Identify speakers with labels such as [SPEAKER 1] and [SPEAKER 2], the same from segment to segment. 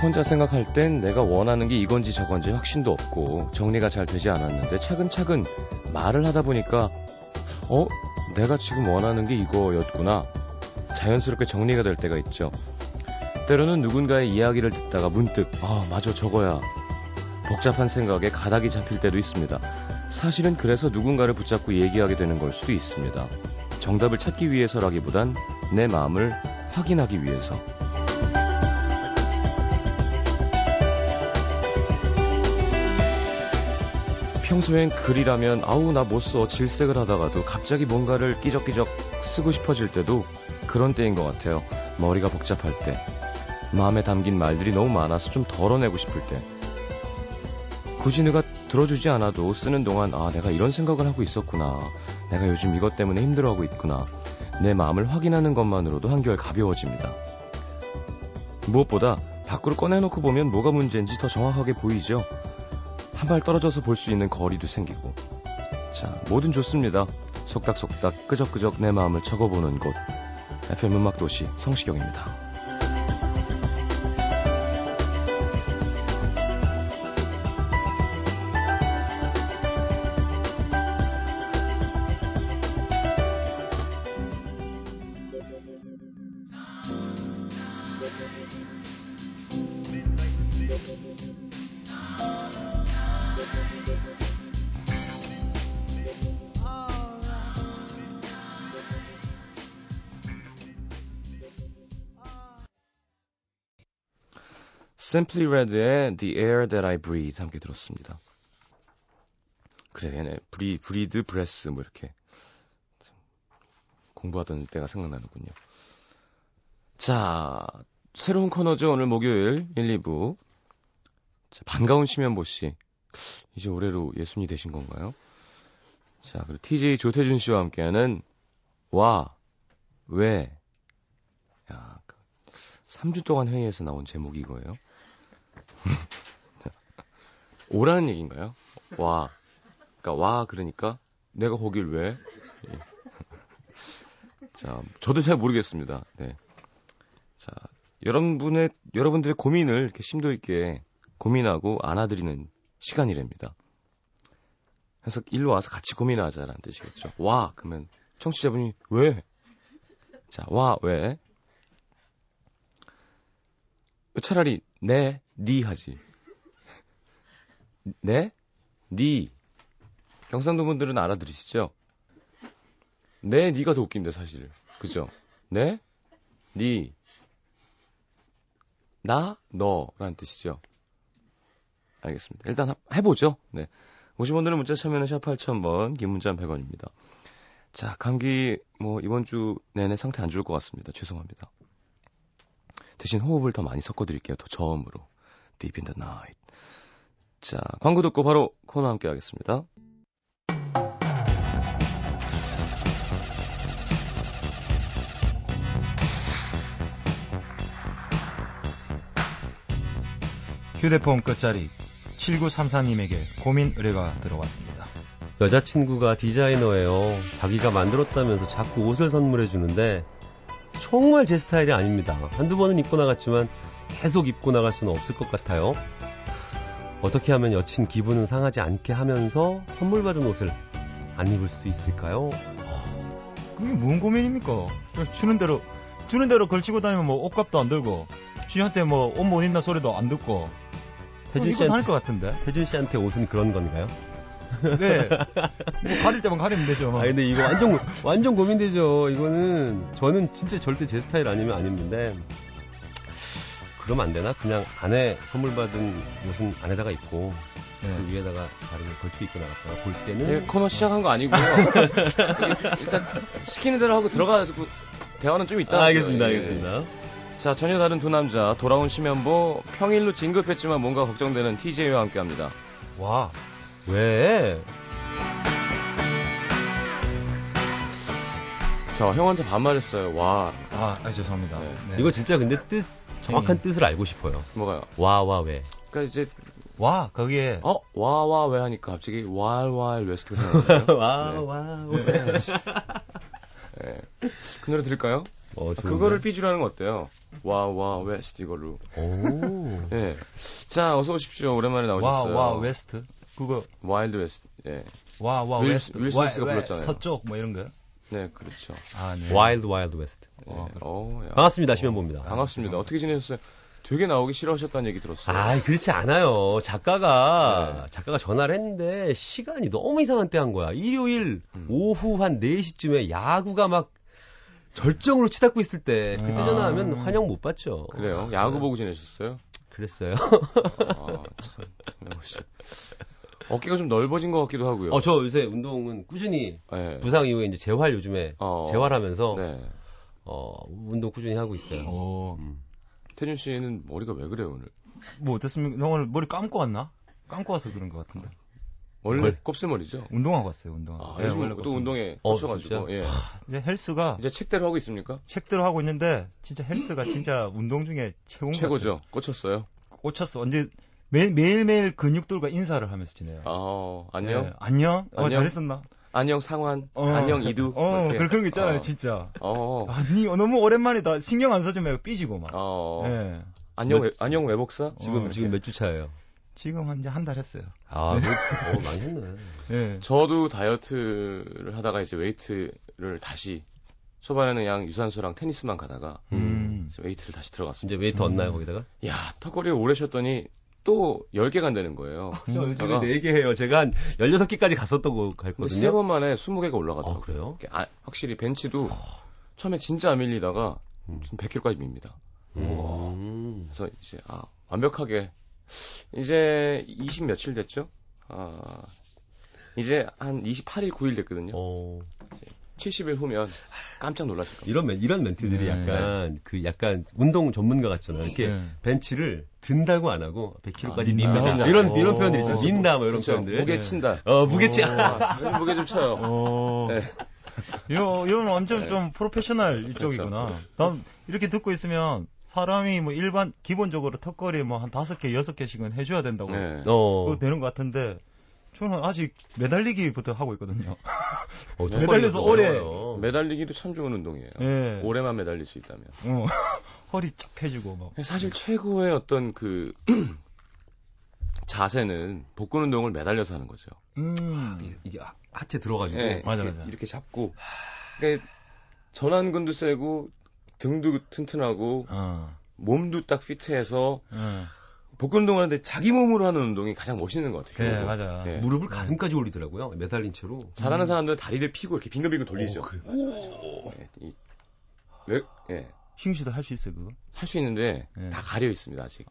[SPEAKER 1] 혼자 생각할 땐 내가 원하는 게 이건지 저건지 확신도 없고 정리가 잘 되지 않았는데 차근차근 말을 하다 보니까 어? 내가 지금 원하는 게 이거였구나. 자연스럽게 정리가 될 때가 있죠. 때로는 누군가의 이야기를 듣다가 문득 아, 맞아 저거야. 복잡한 생각에 가닥이 잡힐 때도 있습니다. 사실은 그래서 누군가를 붙잡고 얘기하게 되는 걸 수도 있습니다. 정답을 찾기 위해서라기보단 내 마음을 확인하기 위해서. 평소엔 글이라면 아우 나 못 써 질색을 하다가도 갑자기 뭔가를 끼적끼적 쓰고 싶어질 때도 그런 때인 것 같아요. 머리가 복잡할 때, 마음에 담긴 말들이 너무 많아서 좀 덜어내고 싶을 때, 굳이 누가 들어주지 않아도 쓰는 동안 아 내가 이런 생각을 하고 있었구나, 내가 요즘 이것 때문에 힘들어하고 있구나, 내 마음을 확인하는 것만으로도 한결 가벼워집니다. 무엇보다 밖으로 꺼내놓고 보면 뭐가 문제인지 더 정확하게 보이죠. 한 발 떨어져서 볼 수 있는 거리도 생기고. 자, 뭐든 좋습니다. 속닥속닥 끄적끄적 내 마음을 적어보는 곳. FM 음악 도시 성시경입니다. Simply Red의 The Air That I Breathe 함께 들었습니다. 그래, 얘네 브리, 브리드, 브레스 뭐 이렇게 참 공부하던 때가 생각나는군요. 자, 새로운 코너죠. 오늘 목요일 1, 2부. 자, 반가운 심현보 씨. 이제 올해로 예순이 되신 건가요? 자, 그리고 TJ 조태준 씨와 함께하는 와, 왜, 야, 그 3주 동안 회의에서 나온 제목이 이거예요. 오라는 얘기인가요? 와. 그러니까 와 그러니까 내가 거길 왜? 예. 자, 저도 잘 모르겠습니다. 네. 자, 여러분의 여러분들의 고민을 이렇게 심도 있게 고민하고 안아드리는 시간이랍니다. 그래서 일로 와서 같이 고민하자라는 뜻이겠죠. 와 그러면 청취자분이 왜? 자, 와 왜? 차라리 네, 니 하지. 네? 니. 경상도 분들은 알아들으시죠? 네, 니가 더 웃긴데 사실. 그죠? 네? 니. 나, 너라는 뜻이죠. 알겠습니다. 일단 하- 해보죠. 네. 50원들은 문자 참여는 샵 8000번, 긴 문자 100원입니다. 자, 감기, 뭐, 이번 주 내내 상태 안 좋을 것 같습니다. 죄송합니다. 대신 호흡을 더 많이 섞어드릴게요. 더 저음으로. Deep in the night. 자, 광고 듣고 바로 코너 함께 하겠습니다.
[SPEAKER 2] 휴대폰 끝자리 7934님에게 고민 의뢰가 들어왔습니다.
[SPEAKER 3] 여자친구가 디자이너예요. 자기가 만들었다면서 자꾸 옷을 선물해 주는데 정말 제 스타일이 아닙니다. 한두 번은 입고 나갔지만 계속 입고 나갈 수는 없을 것 같아요. 어떻게 하면 여친 기분은 상하지 않게 하면서 선물 받은 옷을 안 입을 수 있을까요?
[SPEAKER 2] 그게 뭔 고민입니까? 주는 대로 주는 대로 걸치고 다니면 뭐 옷값도 안 들고 쥐한테 뭐 옷 못 입나 소리도 안 듣고
[SPEAKER 3] 태준
[SPEAKER 2] 어, 이건 할것
[SPEAKER 3] 씨한테,
[SPEAKER 2] 같은데.
[SPEAKER 3] 태준 씨한테 옷은 그런 건가요?
[SPEAKER 2] 네. 뭐 가릴 때만 가리면 되죠. 뭐.
[SPEAKER 3] 아 근데 이거 완전 완전 고민되죠. 이거는 저는 진짜 절대 제 스타일 아니면 안 입는데 그러면 안 되나? 그냥 안에 선물 받은 옷은 안에다가 입고
[SPEAKER 2] 네.
[SPEAKER 3] 그 위에다가 다른 걸쳐 입고 나갔다가 볼
[SPEAKER 1] 네,
[SPEAKER 3] 때는
[SPEAKER 1] 코너 시작한 거 아니고요. 일단 시키는 대로 하고 들어가서 그 대화는 좀 이따.
[SPEAKER 3] 아,
[SPEAKER 1] 하죠.
[SPEAKER 3] 알겠습니다,
[SPEAKER 1] 예.
[SPEAKER 3] 알겠습니다.
[SPEAKER 1] 자, 전혀 다른 두 남자 돌아온 심연보 평일로 진급했지만 뭔가 걱정되는 TJ와 함께합니다.
[SPEAKER 2] 와.
[SPEAKER 3] 왜?
[SPEAKER 1] 저 형한테 반말했어요. 와,
[SPEAKER 2] 아, 아, 죄송합니다.
[SPEAKER 1] 네. 음.
[SPEAKER 2] 네.
[SPEAKER 3] 이거 진짜 근데 뜻 정확한
[SPEAKER 2] 형님.
[SPEAKER 3] 뜻을 알고 싶어요.
[SPEAKER 1] 뭐가요?
[SPEAKER 3] 와 와 왜?
[SPEAKER 1] 그러니까 이제
[SPEAKER 2] 와 거기에
[SPEAKER 1] 어, 와, 와, 왜 하니까 갑자기 왈왈 웨스트가 생각나요.
[SPEAKER 3] 와
[SPEAKER 1] 네.
[SPEAKER 3] 와 왜?
[SPEAKER 1] 예. 그 노래 들을까요?
[SPEAKER 3] 어,
[SPEAKER 1] 아,
[SPEAKER 3] 좋은데?
[SPEAKER 1] 그거를 삐주라는 거 어때요? 와와 웨스트 이걸로.
[SPEAKER 3] 오.
[SPEAKER 1] 예. 자, 어서 오십시오. 오랜만에
[SPEAKER 2] 와,
[SPEAKER 1] 나오셨어요.
[SPEAKER 2] 와, 웨스트. 그거,
[SPEAKER 1] 와일드 웨스트. 예.
[SPEAKER 2] 와, 와,
[SPEAKER 1] 윌-
[SPEAKER 2] 웨스트.
[SPEAKER 1] 윌
[SPEAKER 2] 와,
[SPEAKER 1] 스미스가
[SPEAKER 2] 왜,
[SPEAKER 1] 불렀잖아요.
[SPEAKER 2] 서쪽, 뭐 이런 거.
[SPEAKER 1] 네, 그렇죠.
[SPEAKER 2] 아, 네.
[SPEAKER 3] 와일드 와일드 웨스트.
[SPEAKER 1] 예.
[SPEAKER 2] 어, 그래.
[SPEAKER 1] 어우, 야.
[SPEAKER 3] 반갑습니다. 심현보입니다.
[SPEAKER 1] 반갑습니다. 어떻게 지내셨어요? 되게 나오기 싫어하셨다는 얘기 들었어요.
[SPEAKER 3] 아, 그렇지 않아요. 작가가 작가가 전화를 했는데 시간이 너무 이상한 때 한 거야. 일요일 오후 한 4시쯤에 야구가 막 절정으로 치닫고 있을 때 그때
[SPEAKER 2] 아.
[SPEAKER 3] 전화하면 환영 못 받죠.
[SPEAKER 1] 그래요?
[SPEAKER 2] 네.
[SPEAKER 1] 야구 보고 지내셨어요?
[SPEAKER 3] 그랬어요.
[SPEAKER 1] 아, 참. 역시. 어깨가 좀 넓어진 것 같기도 하고요.
[SPEAKER 3] 어, 저 요새 운동은 꾸준히
[SPEAKER 2] 어,
[SPEAKER 1] 예.
[SPEAKER 3] 부상 이후에 이제 재활 요즘에
[SPEAKER 1] 어.
[SPEAKER 3] 재활하면서
[SPEAKER 1] 네.
[SPEAKER 3] 어, 운동 꾸준히 하고 있어요.
[SPEAKER 2] 오,
[SPEAKER 1] 태준 씨는 머리가 왜 그래요, 오늘?
[SPEAKER 2] 뭐 어떻습니까? 너 오늘 머리 감고 왔나? 감고 와서 그런 것 같은데.
[SPEAKER 1] 원래
[SPEAKER 3] 뭘?
[SPEAKER 1] 곱슬머리죠?
[SPEAKER 2] 운동하고 왔어요, 운동.
[SPEAKER 1] 아,
[SPEAKER 2] 하고 네,
[SPEAKER 1] 요즘 또 운동에
[SPEAKER 3] 어,
[SPEAKER 1] 꽂혀가지고.
[SPEAKER 3] 진짜?
[SPEAKER 1] 예.
[SPEAKER 2] 헬스가
[SPEAKER 1] 이제 책대로 하고 있습니까?
[SPEAKER 2] 책대로 하고 있는데 진짜 헬스가 진짜 운동 중에 최고인 것
[SPEAKER 1] 최고죠. 꽂혔어요.
[SPEAKER 2] 같아요. 꽂혔어. 언제 매, 매일매일 근육들과 인사를 하면서 지내요.
[SPEAKER 1] 아, 안녕.
[SPEAKER 2] 예, 안녕? 어,
[SPEAKER 1] 안녕?
[SPEAKER 2] 잘했었나?
[SPEAKER 1] 안녕 상환.
[SPEAKER 2] 어.
[SPEAKER 1] 안녕 이두.
[SPEAKER 2] 어,
[SPEAKER 1] 이렇게.
[SPEAKER 2] 그- 그런 거 있잖아요,
[SPEAKER 1] 어.
[SPEAKER 2] 진짜.
[SPEAKER 1] 어.
[SPEAKER 2] 아, 니 너무 오랜만이다. 신경 안 써주면 삐지고 막.
[SPEAKER 1] 어.
[SPEAKER 2] 예.
[SPEAKER 1] 안녕 외, 안녕 외복사?
[SPEAKER 3] 지금
[SPEAKER 2] 어,
[SPEAKER 3] 지금 몇 주 차예요?
[SPEAKER 2] 지금 한, 이제 한 달 했어요.
[SPEAKER 3] 아, 뭐, 어, 많이 했네.
[SPEAKER 2] 예.
[SPEAKER 1] 저도 다이어트를 하다가 이제 웨이트를 다시 초반에는 그냥 유산소랑 테니스만 가다가
[SPEAKER 2] 음.
[SPEAKER 1] 이제 웨이트를 다시 들어갔습니다.
[SPEAKER 3] 이제 웨이트 얻나요 거기다가?
[SPEAKER 1] 야, 턱걸이를 오래 쉬었더니 또 10개 간다는 거예요.
[SPEAKER 3] 저 요즘에
[SPEAKER 1] 아.
[SPEAKER 3] 4개 해요. 제가 한 16개까지 갔었던 거
[SPEAKER 1] 근데 뭐 세
[SPEAKER 3] 갔거든요.
[SPEAKER 1] 번 만에 20개가 올라가더라고요.
[SPEAKER 3] 아, 그래요?
[SPEAKER 1] 이렇게 아, 확실히 벤치도 처음에 진짜 안 밀리다가
[SPEAKER 3] 음.
[SPEAKER 1] 지금 100kg까지 밉니다.
[SPEAKER 3] 음.
[SPEAKER 1] 그래서 이제 아 완벽하게 이제 20 며칠 됐죠? 아 이제 한 28일 9일 됐거든요.
[SPEAKER 3] 어,
[SPEAKER 1] 70일 후면 깜짝 놀라실 겁니다.
[SPEAKER 3] 이런 멘, 이런 멘트들이
[SPEAKER 2] 네.
[SPEAKER 3] 약간 그 약간 운동 전문가 같잖아요. 이렇게
[SPEAKER 2] 네.
[SPEAKER 3] 벤치를 든다고 안 하고 100kg까지
[SPEAKER 1] 아,
[SPEAKER 3] 민다.
[SPEAKER 2] 민다. 어.
[SPEAKER 3] 이런
[SPEAKER 2] 오.
[SPEAKER 3] 이런 표현들 있죠.
[SPEAKER 2] 그래서
[SPEAKER 3] 민다 뭐 이런
[SPEAKER 1] 그렇죠.
[SPEAKER 3] 표현들.
[SPEAKER 1] 무게 친다.
[SPEAKER 3] 어 무게치.
[SPEAKER 1] 아, 요즘 무게 좀 쳐요.
[SPEAKER 2] 어.
[SPEAKER 1] 네.
[SPEAKER 2] 요, 요는 완전
[SPEAKER 1] 네. 그렇죠.
[SPEAKER 2] 좀 프로페셔널 이쪽이구나. 난 이렇게 듣고 있으면 사람이 뭐 일반, 기본적으로 턱걸이 뭐 한 다섯 개, 여섯 개씩은 해줘야 된다고.
[SPEAKER 1] 네.
[SPEAKER 3] 어.
[SPEAKER 2] 그거 되는 것 같은데, 저는 아직 매달리기부터 하고 있거든요.
[SPEAKER 3] 어, 턱걸이가
[SPEAKER 2] 네. 매달려서
[SPEAKER 3] 또
[SPEAKER 2] 오래.
[SPEAKER 3] 어려워요.
[SPEAKER 1] 매달리기도 참 좋은 운동이에요.
[SPEAKER 2] 예.
[SPEAKER 1] 네. 오래만 매달릴 수 있다면.
[SPEAKER 2] 어. 허리 쫙 펴지고 막.
[SPEAKER 1] 사실 최고의 어떤 그 자세는 복근 운동을 매달려서 하는 거죠. 아,
[SPEAKER 2] 음.
[SPEAKER 3] 이게 하- 하체 들어가지고.
[SPEAKER 1] 예,
[SPEAKER 2] 맞아,
[SPEAKER 1] 이렇게,
[SPEAKER 2] 맞아.
[SPEAKER 1] 이렇게 잡고. 그러니까 전완근도 세고 등도 튼튼하고
[SPEAKER 2] 어.
[SPEAKER 1] 몸도 딱 피트해서
[SPEAKER 2] 어.
[SPEAKER 1] 복근 운동하는데 자기 몸으로 하는 운동이 가장 멋있는 것 같아요.
[SPEAKER 2] 그래,
[SPEAKER 1] 결국은.
[SPEAKER 2] 맞아.
[SPEAKER 1] 예.
[SPEAKER 3] 무릎을 가슴까지 올리더라고요. 매달린 채로.
[SPEAKER 1] 잘하는 사람들은 다리를 피고 이렇게 빙글빙글 돌리죠.
[SPEAKER 3] 음. 어, 그래,
[SPEAKER 1] 예, 이- 왜? 예.
[SPEAKER 2] 싱 씨도 할 수 있어, 그거?
[SPEAKER 1] 할 수 있는데
[SPEAKER 2] 예.
[SPEAKER 1] 다 가려 있습니다 아직.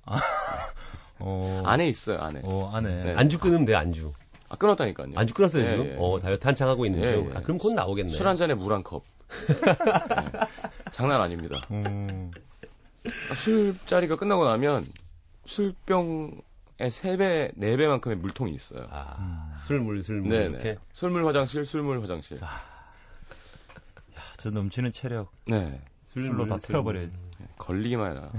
[SPEAKER 2] 어.
[SPEAKER 1] 안에 있어요 안에.
[SPEAKER 2] 어, 안에.
[SPEAKER 1] 아, 네.
[SPEAKER 3] 안주 끊으면 돼, 안주.
[SPEAKER 1] 아 끊었다니까요.
[SPEAKER 3] 안주 끊었어요,
[SPEAKER 1] 예,
[SPEAKER 3] 지금?
[SPEAKER 1] 예.
[SPEAKER 3] 어, 다이어트 한창 하고 있는
[SPEAKER 1] 예,
[SPEAKER 3] 중.
[SPEAKER 1] 예.
[SPEAKER 3] 아, 그럼 곧 나오겠네.
[SPEAKER 1] 술 한 잔에 물 한 컵. 예. 장난 아닙니다.
[SPEAKER 2] 어.
[SPEAKER 1] 아, 술자리가 끝나고 나면 술병의 세배네배만큼의 물통이 있어요.
[SPEAKER 3] 아, 술물, 술물.
[SPEAKER 1] 네네.
[SPEAKER 3] 이렇게.
[SPEAKER 1] 술물 화장실, 술물 화장실.
[SPEAKER 2] 저 넘치는 체력
[SPEAKER 1] 네.
[SPEAKER 2] 술로 다 태워버려야 지
[SPEAKER 1] 걸리기만 해라.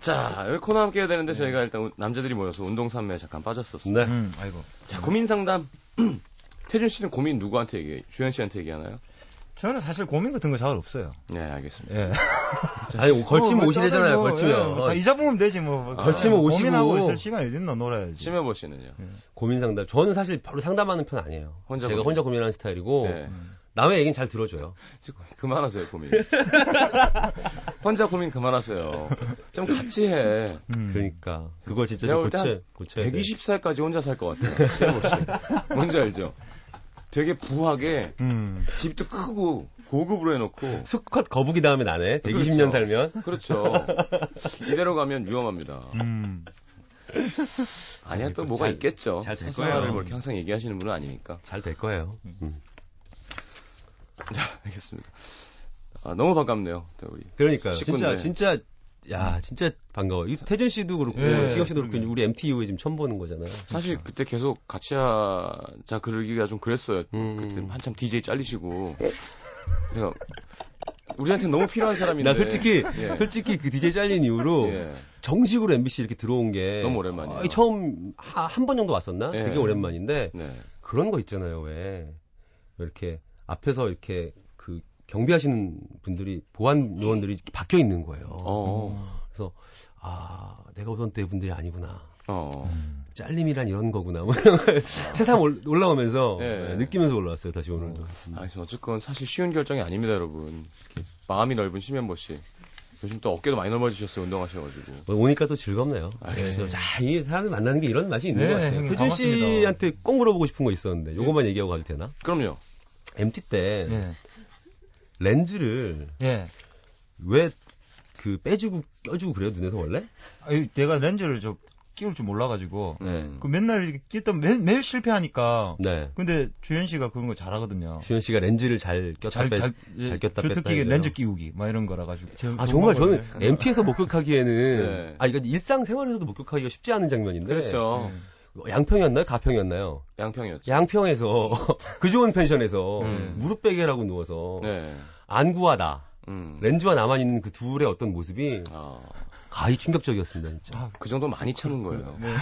[SPEAKER 1] 자, 여기 코너 함께 해야 되는데 저희가 일단 우- 남자들이 모여서 운동 삼매에 잠깐 빠졌었어요.
[SPEAKER 3] 네.
[SPEAKER 2] 음, 아이고.
[SPEAKER 1] 자, 고민 상담. 태준 씨는 고민 누구한테 얘기해? 주현 씨한테 얘기하나요?
[SPEAKER 2] 저는 사실 고민 같은 거 잘 없어요.
[SPEAKER 1] 네, 알겠습니다.
[SPEAKER 2] 예.
[SPEAKER 3] 아니, 걸치면
[SPEAKER 2] 뭐,
[SPEAKER 3] 오시래잖아요,
[SPEAKER 2] 뭐,
[SPEAKER 3] 걸치면. 어,
[SPEAKER 2] 예, 뭐다 이자 보면 되지 뭐.
[SPEAKER 1] 아.
[SPEAKER 3] 걸치면 오시고.
[SPEAKER 2] 고민하고 있을 시간이 어딨나 놀아야지.
[SPEAKER 1] 심해보 씨는요?
[SPEAKER 3] 고민 상담. 저는 사실 바로 상담하는 편 아니에요.
[SPEAKER 1] 혼자
[SPEAKER 3] 제가
[SPEAKER 1] 고민.
[SPEAKER 3] 혼자 고민하는 스타일이고,
[SPEAKER 1] 네.
[SPEAKER 3] 남의 얘기는 잘 들어줘요.
[SPEAKER 1] 이제 고- 그만하세요, 고민. 혼자 고민 그만하세요. 좀 같이 해.
[SPEAKER 2] 음.
[SPEAKER 3] 그러니까. 그걸 진짜
[SPEAKER 1] 내가
[SPEAKER 3] 좀
[SPEAKER 1] 볼때
[SPEAKER 3] 고쳐, 고쳐야 돼.
[SPEAKER 1] 120살까지 혼자 살 것 같아요. 심해보 씨. 뭔지 알죠? 되게 부하게
[SPEAKER 2] 음.
[SPEAKER 1] 집도 크고 고급으로 해놓고
[SPEAKER 3] 수컷 거북이 다음에 나네.
[SPEAKER 1] 그렇죠.
[SPEAKER 3] 120년 살면.
[SPEAKER 1] 그렇죠. 이대로 가면 위험합니다.
[SPEAKER 2] 음.
[SPEAKER 1] 아니야 또
[SPEAKER 3] 될
[SPEAKER 1] 뭐가
[SPEAKER 3] 잘-
[SPEAKER 1] 있겠죠.
[SPEAKER 3] 잘될
[SPEAKER 1] 생활을
[SPEAKER 3] 거예요.
[SPEAKER 1] 뭐 이렇게 항상 얘기하시는 분은 아니니까.
[SPEAKER 3] 잘 될 거예요. 음.
[SPEAKER 1] 자, 알겠습니다. 아, 너무 반갑네요. 또 우리
[SPEAKER 3] 그러니까요.
[SPEAKER 1] 식구인데.
[SPEAKER 3] 진짜, 진짜, 야, 진짜 반가워. 요 태준 씨도 그렇고,
[SPEAKER 2] 예,
[SPEAKER 3] 시경 씨도 그렇고,
[SPEAKER 2] 그러게요.
[SPEAKER 3] 우리 MTU에 지금 처음 보는 거잖아요.
[SPEAKER 1] 사실 그때 계속 같이 하자 그러기가 좀 그랬어요.
[SPEAKER 3] 음.
[SPEAKER 1] 그때 한참 DJ 잘리시고. 그래서 우리한테 너무 필요한 사람인데.
[SPEAKER 3] 나 솔직히,
[SPEAKER 1] 예.
[SPEAKER 3] 솔직히 그 DJ 잘린 이후로,
[SPEAKER 1] 예.
[SPEAKER 3] 정식으로 MBC 이렇게 들어온 게
[SPEAKER 1] 너무 오랜만이에요.
[SPEAKER 3] 거의 처음 한 번 정도 왔었나?
[SPEAKER 1] 예.
[SPEAKER 3] 되게 오랜만인데
[SPEAKER 1] 네.
[SPEAKER 3] 그런 거 있잖아요. 왜 이렇게 앞에서 이렇게 그 경비하시는 분들이 보안 요원들이 이렇게 박혀 있는 거예요.
[SPEAKER 1] 어.
[SPEAKER 3] 그래서 아 내가 오던 때 분들이 아니구나.
[SPEAKER 1] 어.
[SPEAKER 2] 음.
[SPEAKER 3] 짤림이란 이런 거구나. 뭐 이런 걸 새삼 올- 올라오면서
[SPEAKER 1] 예.
[SPEAKER 3] 네, 느끼면서 올라왔어요. 다시 오늘도.
[SPEAKER 1] 아무튼 어쨌건 사실 쉬운 결정이 아닙니다, 여러분. 이렇게 마음이 넓은 심현보 씨. 요즘 또 어깨도 많이 넓어지셨어요, 운동하셔가지고.
[SPEAKER 3] 뭐 오니까 또 즐겁네요.
[SPEAKER 1] 알겠습니다.
[SPEAKER 3] 자, 이 사람을 만나는 게 이런 맛이 있는
[SPEAKER 2] 네,
[SPEAKER 3] 것 같아요.
[SPEAKER 2] 형님,
[SPEAKER 3] 효준
[SPEAKER 2] 반갑습니다.
[SPEAKER 3] 씨한테 꼭 물어보고 싶은 거 있었는데, 요것만 얘기하고 가도 되나?
[SPEAKER 1] 그럼요.
[SPEAKER 3] MT 때
[SPEAKER 2] 예.
[SPEAKER 3] 렌즈를
[SPEAKER 2] 예.
[SPEAKER 3] 왜 그 빼주고 껴주고 그래요? 눈에서 원래?
[SPEAKER 2] 아유, 내가 렌즈를 저 끼울 줄 몰라가지고
[SPEAKER 1] 음.
[SPEAKER 2] 그 맨날 이렇게 끼던 매, 매일 실패하니까.
[SPEAKER 3] 네.
[SPEAKER 2] 근데 주현 씨가 그런 거 잘하거든요.
[SPEAKER 3] 주현 씨가 렌즈를 잘 꼈다
[SPEAKER 2] 잘,
[SPEAKER 3] 빼.
[SPEAKER 2] 잘, 예,
[SPEAKER 3] 잘 꼈다 뺐다
[SPEAKER 2] 주특기
[SPEAKER 3] 이래요.
[SPEAKER 2] 렌즈 끼우기 막 이런 거라 가지고.
[SPEAKER 3] 아 정말 저는 MT에서 목격하기에는
[SPEAKER 1] 네.
[SPEAKER 3] 아 이거 일상 생활에서도 목격하기가 쉽지 않은 장면인데 뭐
[SPEAKER 1] 그렇죠.
[SPEAKER 3] 네. 양평이었나요? 가평이었나요?
[SPEAKER 1] 양평이었죠.
[SPEAKER 3] 양평에서 그 좋은 펜션에서
[SPEAKER 1] 음.
[SPEAKER 3] 무릎 베개라고 누워서
[SPEAKER 1] 네.
[SPEAKER 3] 안구와 나
[SPEAKER 1] 음.
[SPEAKER 3] 렌즈와 나만 있는 그 둘의 어떤 모습이
[SPEAKER 1] 아,
[SPEAKER 3] 가히 충격적이었습니다 진짜.
[SPEAKER 2] 아,
[SPEAKER 1] 그 정도 많이 참은 거예요.
[SPEAKER 2] 네.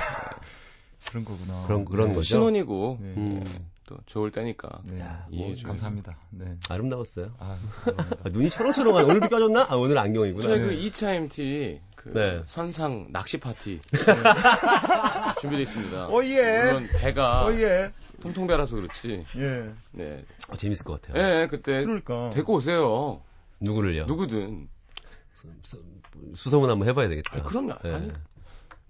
[SPEAKER 2] 그런 거구나.
[SPEAKER 3] 그런 그런
[SPEAKER 1] 네. 또
[SPEAKER 3] 거죠.
[SPEAKER 1] 신혼이고
[SPEAKER 2] 네.
[SPEAKER 3] 음,
[SPEAKER 1] 또 좋을 때니까.
[SPEAKER 2] 네.
[SPEAKER 3] 야,
[SPEAKER 2] 뭐,
[SPEAKER 1] 이해해줘요.
[SPEAKER 2] 감사합니다. 네.
[SPEAKER 3] 아름다웠어요.
[SPEAKER 2] 아, 감사합니다.
[SPEAKER 3] 아, 눈이 초롱초롱한 오늘도 껴졌나? 아 오늘 안경이구나.
[SPEAKER 1] 전에 그 2차 MT 그
[SPEAKER 3] 네.
[SPEAKER 1] 선상 낚시 파티 네, 준비되어 있습니다.
[SPEAKER 2] 오예.
[SPEAKER 1] 물론 배가
[SPEAKER 3] 아.
[SPEAKER 2] 어, 예.
[SPEAKER 1] 통통배라서 그렇지.
[SPEAKER 2] 예.
[SPEAKER 1] 네.
[SPEAKER 3] 어, 재밌을 것 같아요.
[SPEAKER 1] 예, 예, 그때
[SPEAKER 2] 그러니까.
[SPEAKER 1] 데리고 오세요.
[SPEAKER 3] 누구를요?
[SPEAKER 1] 누구든.
[SPEAKER 3] 수- 수- 수소문 한번 해봐야 되겠다.
[SPEAKER 1] 아니, 그럼요.
[SPEAKER 3] 예.
[SPEAKER 1] 아니,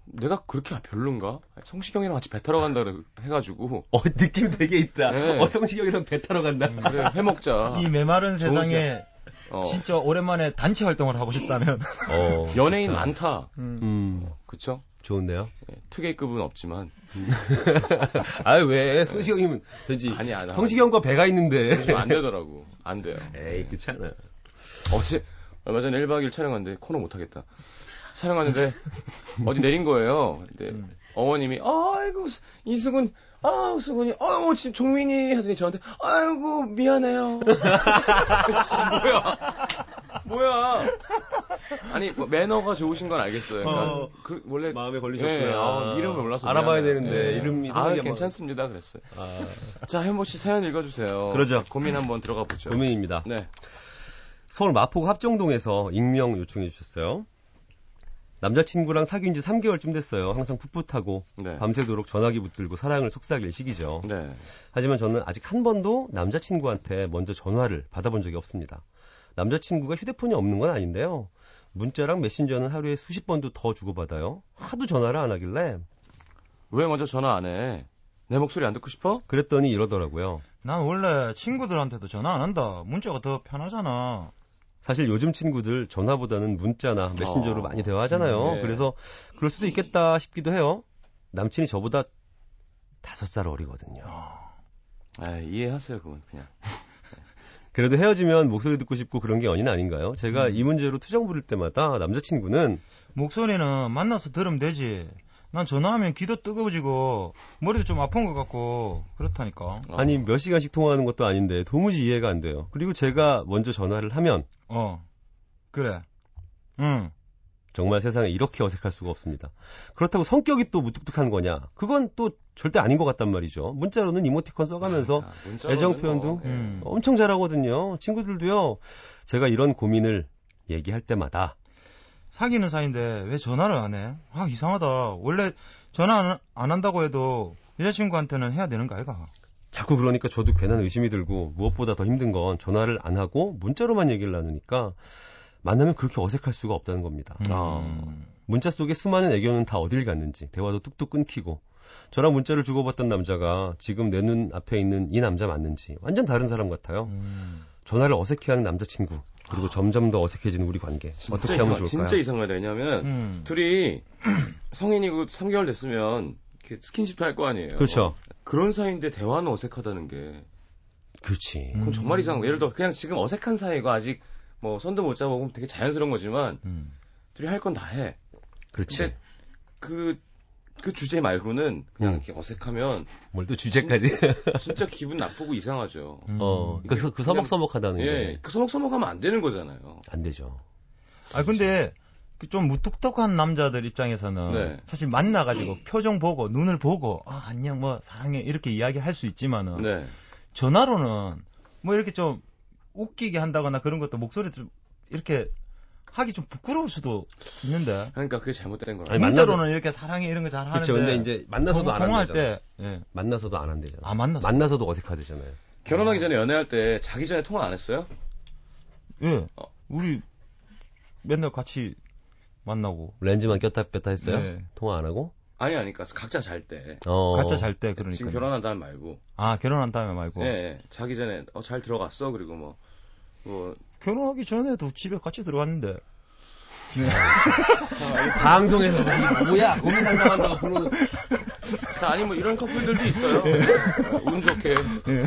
[SPEAKER 1] 내가 그렇게 별론가? 성시경이랑 같이 배 타러 간다 그래- 해가지고
[SPEAKER 3] 어 느낌 되게 있다.
[SPEAKER 1] 네. 음.
[SPEAKER 3] 어 성시경이랑 배 타러 간다.
[SPEAKER 1] 그래 해먹자.
[SPEAKER 3] 아.
[SPEAKER 2] 이 메마른
[SPEAKER 1] 좋은
[SPEAKER 2] 세상에
[SPEAKER 1] 어.
[SPEAKER 2] 진짜 오랜만에 단체 활동을 하고 싶다면.
[SPEAKER 3] 어,
[SPEAKER 1] 연예인
[SPEAKER 3] 좋다.
[SPEAKER 1] 많다.
[SPEAKER 3] 음
[SPEAKER 1] 그쵸?
[SPEAKER 3] 좋은데요.
[SPEAKER 1] 예, 특혜급은 없지만
[SPEAKER 3] 아왜 성시경이면 되지.
[SPEAKER 1] 아니 안
[SPEAKER 3] 성시경과 배가 있는데.
[SPEAKER 1] 요즘 안 되더라고. 안 돼요.
[SPEAKER 3] 에이 그렇잖아.
[SPEAKER 1] 어제 얼마 전에 1박 2일 촬영하는데 코너 못 하겠다. 촬영하는데 어디 내린 거예요. 근데
[SPEAKER 3] 음.
[SPEAKER 1] 어머님이 아이고 이수근 아우 수근이 아우 지금 종민이 하더니 저한테 아이고 미안해요. 뭐야? 뭐야? 아니 뭐 매너가 좋으신 건 알겠어요. 그러니까
[SPEAKER 3] 어,
[SPEAKER 1] 그 원래
[SPEAKER 3] 마음에 걸리셨구나.
[SPEAKER 1] 예, 아, 이름을 몰라서
[SPEAKER 3] 알아봐야
[SPEAKER 1] 미안해요.
[SPEAKER 3] 되는데 이름이
[SPEAKER 1] 아
[SPEAKER 3] 생각이 안
[SPEAKER 1] 괜찮습니다. 그랬어요.
[SPEAKER 3] 아,
[SPEAKER 1] 자 현모 씨 사연 읽어주세요.
[SPEAKER 3] 그러죠.
[SPEAKER 1] 고민 한번 들어가 보죠.
[SPEAKER 3] 고민입니다.
[SPEAKER 1] 네.
[SPEAKER 3] 서울 마포구 합정동에서 익명 요청해 주셨어요. 남자친구랑 사귄 지 3개월쯤 됐어요. 항상 풋풋하고
[SPEAKER 1] 네.
[SPEAKER 3] 밤새도록 전화기 붙들고 사랑을 속삭일 시기죠.
[SPEAKER 1] 네.
[SPEAKER 3] 하지만 저는 아직 한 번도 남자친구한테 먼저 전화를 받아본 적이 없습니다. 남자친구가 휴대폰이 없는 건 아닌데요. 문자랑 메신저는 하루에 수십 번도 더 주고받아요. 하도 전화를 안 하길래
[SPEAKER 1] 왜 먼저 전화 안 해? 내 목소리 안 듣고 싶어?
[SPEAKER 3] 그랬더니 이러더라고요.
[SPEAKER 2] 난 원래 친구들한테도 전화 안 한다. 문자가 더 편하잖아.
[SPEAKER 3] 사실 요즘 친구들 전화보다는 문자나 메신저로
[SPEAKER 1] 어.
[SPEAKER 3] 많이 대화하잖아요.
[SPEAKER 1] 음, 네.
[SPEAKER 3] 그래서 그럴 수도 있겠다 싶기도 해요. 남친이 저보다 다섯 살 어리거든요.
[SPEAKER 1] 아 이해하세요 그건 그냥.
[SPEAKER 3] 그래도 헤어지면 목소리 듣고 싶고 그런 게 연인 아닌가요?
[SPEAKER 1] 음.
[SPEAKER 3] 제가 이 문제로 투정 부릴 때마다 남자친구는
[SPEAKER 2] 목소리는 만나서 들으면 되지. 난 전화하면 귀도 뜨거워지고 머리도 좀 아픈 것 같고 그렇다니까.
[SPEAKER 1] 어.
[SPEAKER 3] 아니 뭐, 몇 시간씩 통화하는 것도 아닌데 도무지 이해가 안 돼요. 그리고 제가 먼저 전화를 하면
[SPEAKER 2] 어. 그래. 응.
[SPEAKER 3] 정말 세상에 이렇게 어색할 수가 없습니다. 그렇다고 성격이 또 무뚝뚝한 거냐? 그건 또 절대 아닌 것 같단 말이죠. 문자로는 이모티콘 써가면서
[SPEAKER 1] 아, 문자로는
[SPEAKER 3] 애정 표현도?
[SPEAKER 1] 뭐, 예.
[SPEAKER 2] 음.
[SPEAKER 3] 엄청 잘하거든요. 친구들도요. 제가 이런 고민을 얘기할 때마다
[SPEAKER 2] 사귀는 사이인데 왜 전화를 안 해? 아 이상하다. 원래 전화 안, 안 한다고 해도 여자친구한테는 해야 되는 거 아이가?
[SPEAKER 3] 자꾸 그러니까 저도 괜한 의심이 들고 무엇보다 더 힘든 건 전화를 안 하고 문자로만 얘기를 나누니까 만나면 그렇게 어색할 수가 없다는 겁니다.
[SPEAKER 1] 어.
[SPEAKER 2] 음.
[SPEAKER 3] 문자 속에 수많은 애교는 다 어딜 갔는지 대화도 뚝뚝 끊기고 저랑 문자를 주고받던 남자가 지금 내 눈 앞에 있는 이 남자 맞는지 완전 다른 사람 같아요.
[SPEAKER 2] 음.
[SPEAKER 3] 전화를 어색해하는 남자친구 그리고 점점 더 어색해지는 우리 관계 어떻게 하면
[SPEAKER 1] 이상-
[SPEAKER 3] 좋을까요?
[SPEAKER 1] 아. 진짜 이상하다 왜냐면
[SPEAKER 2] 음.
[SPEAKER 1] 둘이 성인이고 3개월 됐으면 이렇게 스킨십도 할 거 아니에요.
[SPEAKER 3] 그렇죠.
[SPEAKER 1] 그런 사이인데 대화는 어색하다는 게
[SPEAKER 3] 그렇지.
[SPEAKER 1] 그럼
[SPEAKER 2] 음.
[SPEAKER 1] 정말 이상한 거. 예요 예를 들어 그냥 지금 어색한 사이고 아직 뭐 손도 못 잡고 그럼 되게 자연스러운 거지만
[SPEAKER 2] 음.
[SPEAKER 1] 둘이 할 건 다 해.
[SPEAKER 3] 그렇지.
[SPEAKER 1] 근데 그, 그 주제 말고는 그냥
[SPEAKER 3] 음.
[SPEAKER 1] 이렇게 어색하면
[SPEAKER 3] 뭘 또 주제까지.
[SPEAKER 1] 진짜 기분 나쁘고 이상하죠.
[SPEAKER 2] 음.
[SPEAKER 3] 어.
[SPEAKER 1] 이게
[SPEAKER 3] 그래서 그
[SPEAKER 1] 그냥-
[SPEAKER 3] 서먹서먹하다는
[SPEAKER 1] 예, 그 서먹서먹하면 안 되는 거잖아요.
[SPEAKER 3] 게 안 되죠.
[SPEAKER 2] 아 근데 그좀 무뚝뚝한 남자들 입장에서는
[SPEAKER 1] 네.
[SPEAKER 2] 사실 만나가지고 표정 보고 눈을 보고 아 안녕 아.
[SPEAKER 3] 네.
[SPEAKER 2] 뭐 사랑해 이렇게 이야기할 수 있지만은
[SPEAKER 1] 네.
[SPEAKER 2] 전화로는 뭐 이렇게 좀 웃기게 한다거나 그런 것도 목소리 들 이렇게 하기 좀 부끄러울 수도 있는데
[SPEAKER 1] 그러니까 그게 잘못된 거라.
[SPEAKER 3] 아니,
[SPEAKER 2] 문자로는 이렇게 사랑해 이런 거 잘 하는데
[SPEAKER 3] 그렇죠. 근데 이제 만나서도 안
[SPEAKER 2] 통화할
[SPEAKER 3] 한대잖아.
[SPEAKER 2] 때 예.
[SPEAKER 3] 만나서도 안 한대잖아.
[SPEAKER 2] 아, 만나서?
[SPEAKER 3] 만나서도 어색하대잖아요.
[SPEAKER 1] 결혼하기 전에 연애할 때 자기 전에 통화 안 했어요?
[SPEAKER 2] 예.
[SPEAKER 1] 어.
[SPEAKER 2] 우리 맨날 같이 만나고
[SPEAKER 3] 렌즈만 꼈다 뺐다 했어요?
[SPEAKER 2] 네.
[SPEAKER 3] 통화 안 하고?
[SPEAKER 1] 아니 아니까 각자 잘 때.
[SPEAKER 3] 어.
[SPEAKER 2] 각자 잘 때 그러니까
[SPEAKER 1] 지금 결혼한 다음 말고.
[SPEAKER 2] 아 결혼한 다음에 말고
[SPEAKER 1] 예, 예. 자기 전에 어, 잘 들어갔어. 그리고 뭐 뭐.
[SPEAKER 2] 결혼하기 전에도 집에 같이 들어갔는데
[SPEAKER 3] 방송에서 뭐야? 고민 상담한다고 부르는
[SPEAKER 1] 자, 아니 뭐 이런 커플들도 있어요.
[SPEAKER 2] 예.
[SPEAKER 1] 어, 운 좋게. 네.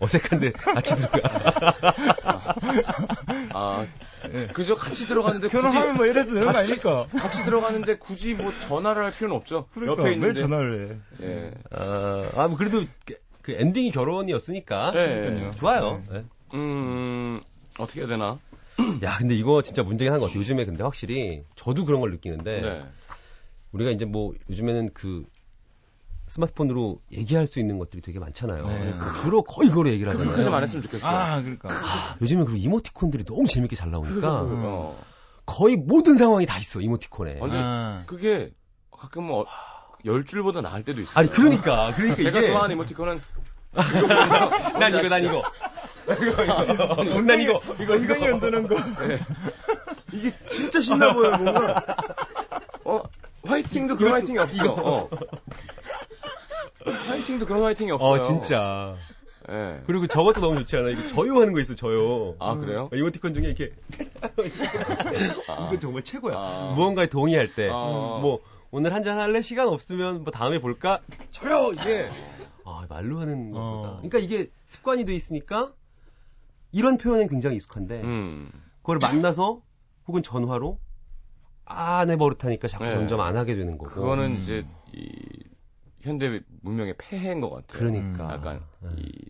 [SPEAKER 3] 어색한데 같이 들어가.
[SPEAKER 1] 아, 그죠? 같이 들어갔는데 굳이
[SPEAKER 2] 예. 결혼하면 뭐 이래도 되는 거
[SPEAKER 1] 같이-
[SPEAKER 2] 아닙니까?
[SPEAKER 1] 같이 들어갔는데 굳이 뭐 전화를 할 필요는 없죠.
[SPEAKER 2] 그러니까
[SPEAKER 1] 옆에
[SPEAKER 2] 왜
[SPEAKER 1] 있는데.
[SPEAKER 2] 전화를 해?
[SPEAKER 1] 예.
[SPEAKER 3] 아, 아, 뭐 그래도 그- 그 엔딩이 결혼이었으니까
[SPEAKER 1] 예, 예.
[SPEAKER 2] 네, 그러니까요.
[SPEAKER 3] 좋아요. 예.
[SPEAKER 1] 음, 어떻게 해야 되나?
[SPEAKER 3] 야, 근데 이거 진짜 문제긴 한 것 같아요. 요즘에 근데 확실히 저도 그런 걸
[SPEAKER 2] 예.
[SPEAKER 3] 느끼는데
[SPEAKER 1] 네.
[SPEAKER 3] 우리가 이제 뭐 요즘에는 그 스마트폰으로 얘기할 수 있는 것들이 되게 많잖아요.
[SPEAKER 2] 네.
[SPEAKER 3] 그로 거의 그로 얘기를 하잖아요.
[SPEAKER 1] 그거 좀 안 했으면 좋겠어.
[SPEAKER 2] 아 그러니까
[SPEAKER 3] 요즘에 그 이모티콘들이 너무 재밌게 잘 나오니까
[SPEAKER 2] 음.
[SPEAKER 1] 어.
[SPEAKER 3] 거의 모든 상황이 다 있어 이모티콘에.
[SPEAKER 1] 아니,
[SPEAKER 2] 아.
[SPEAKER 1] 그게 가끔 뭐, 열 줄보다 나을 때도 있어요.
[SPEAKER 3] 아니 그러니까 그러니까
[SPEAKER 1] 제가
[SPEAKER 3] 이게
[SPEAKER 1] 좋아하는 이모티콘은
[SPEAKER 3] 난 이거 난 이거 난 이거 이거 이거
[SPEAKER 2] 엉덩이 흔드는 거
[SPEAKER 3] 이게 진짜 신나 보여 뭔가
[SPEAKER 1] 어, 화이팅도 그런 화이팅이 없어. 어. 화이팅도 그런 화이팅이 없어요.
[SPEAKER 3] 어 진짜
[SPEAKER 1] 예.
[SPEAKER 3] 그리고 저것도 너무 좋지 않아 이거 저요 하는 거 있어 저요
[SPEAKER 1] 아, 그래요?
[SPEAKER 3] 어, 이모티콘 중에 이렇게 이거 정말 최고야
[SPEAKER 1] 아.
[SPEAKER 3] 무언가에 동의할 때
[SPEAKER 1] 아.
[SPEAKER 3] 뭐 오늘 한잔 할래 시간 없으면 뭐 다음에 볼까 저요 이게 아 말로 하는 것보다
[SPEAKER 2] 어.
[SPEAKER 3] 그러니까 이게 습관이 돼 있으니까 이런 표현은 굉장히 익숙한데
[SPEAKER 1] 음.
[SPEAKER 3] 그걸 만나서 혹은 전화로 아내 버릇하니까 자꾸
[SPEAKER 1] 네.
[SPEAKER 3] 점점 안 하게 되는 거고.
[SPEAKER 1] 그거는 이제 이 현대 문명의 폐해인 것 같아요.
[SPEAKER 3] 그러니까.
[SPEAKER 1] 약간
[SPEAKER 3] 네.
[SPEAKER 1] 이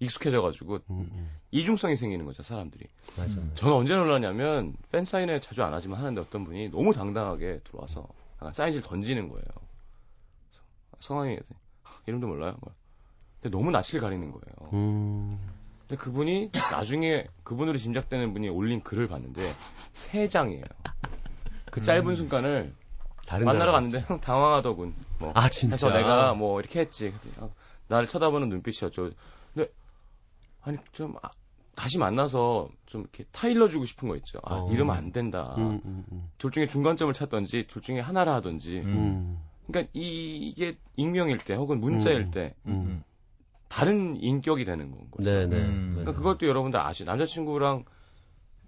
[SPEAKER 1] 익숙해져가지고
[SPEAKER 3] 음, 음,
[SPEAKER 1] 이중성이 생기는 거죠 사람들이.
[SPEAKER 3] 맞아.
[SPEAKER 1] 저는 언제 놀라냐면 팬 사인회 자주 안 하지만 하는데 어떤 분이 너무 당당하게 들어와서 약간 사인지를 던지는 거예요. 그래서 성함이 "하, 이름도 몰라요. 뭐. 근데 너무 낯을 가리는 거예요.
[SPEAKER 3] 음.
[SPEAKER 1] 근데 그분이 나중에 그분으로 짐작되는 분이 올린 글을 봤는데 세 장이에요. 그 짧은 순간을
[SPEAKER 3] 다른
[SPEAKER 1] 만나러
[SPEAKER 3] 사람.
[SPEAKER 1] 갔는데 형 당황하더군. 뭐
[SPEAKER 3] 아, 진짜?
[SPEAKER 1] 해서 내가 뭐 이렇게 했지. 그랬더니, 어, 나를 쳐다보는 눈빛이었죠. 근데 아니 좀 아, 다시 만나서 좀 이렇게 타일러 주고 싶은 거 있죠. 아
[SPEAKER 3] 어.
[SPEAKER 1] 이러면 안 된다.
[SPEAKER 3] 음, 음, 음.
[SPEAKER 1] 둘 중에 중간점을 찾던지 둘 중에 하나를 하던지.
[SPEAKER 2] 음.
[SPEAKER 3] 음.
[SPEAKER 1] 그러니까 이, 게 익명일 때 혹은 문자일
[SPEAKER 3] 음.
[SPEAKER 1] 때
[SPEAKER 3] 음.
[SPEAKER 1] 다른 인격이 되는 건 거죠.
[SPEAKER 3] 네, 네.
[SPEAKER 2] 음.
[SPEAKER 3] 네.
[SPEAKER 1] 그러니까 그것도 여러분들 아시 남자친구랑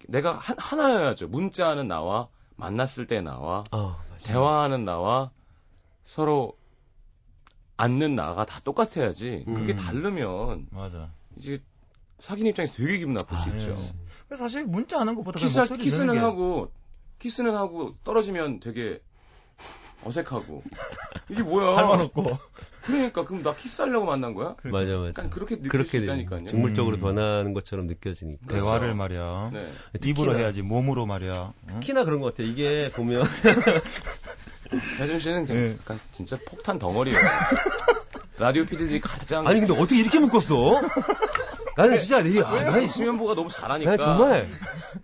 [SPEAKER 1] 내가 한- 하나여야죠. 문자하는 나와 만났을 때 나와
[SPEAKER 3] 아, 맞아.
[SPEAKER 1] 대화하는 나와 서로 앉는 나가 다 똑같아야지. 그게
[SPEAKER 2] 음.
[SPEAKER 1] 다르면
[SPEAKER 2] 맞아
[SPEAKER 1] 이제 사귄 입장에서 되게 기분 나쁠 수
[SPEAKER 3] 아,
[SPEAKER 1] 있죠.
[SPEAKER 2] 예. 그래서 사실 문자 하는 것보다 그냥
[SPEAKER 1] 키스
[SPEAKER 2] 목소리
[SPEAKER 1] 키스는
[SPEAKER 2] 듣는 게-
[SPEAKER 1] 하고 키스는 하고 떨어지면 되게 어색하고 이게 뭐야?
[SPEAKER 2] 할말 없고
[SPEAKER 1] 그러니까 그럼 나 키스하려고 만난 거야?
[SPEAKER 3] 맞아, 맞아.
[SPEAKER 1] 약간 그렇게 느낄 수
[SPEAKER 3] 그렇죠. 그렇게
[SPEAKER 1] 있다니까요.
[SPEAKER 3] 되죠. 정물적으로
[SPEAKER 2] 음.
[SPEAKER 3] 변하는 것처럼 느껴지니까.
[SPEAKER 2] 대화를 말이야
[SPEAKER 1] 네.
[SPEAKER 2] 입으로 해야지 몸으로 말이야 응?
[SPEAKER 3] 특히나 그런 것 같아. 이게 보면
[SPEAKER 1] 배준 씨는 그냥
[SPEAKER 2] 예.
[SPEAKER 1] 약간 진짜 폭탄 덩어리예요. 라디오 PD들이 가장
[SPEAKER 3] 아니 근데 어떻게 이렇게 묶었어? 나는 진짜 이게 아, 나
[SPEAKER 1] 아니 수면보가 너무 잘하니까.
[SPEAKER 3] 나 정말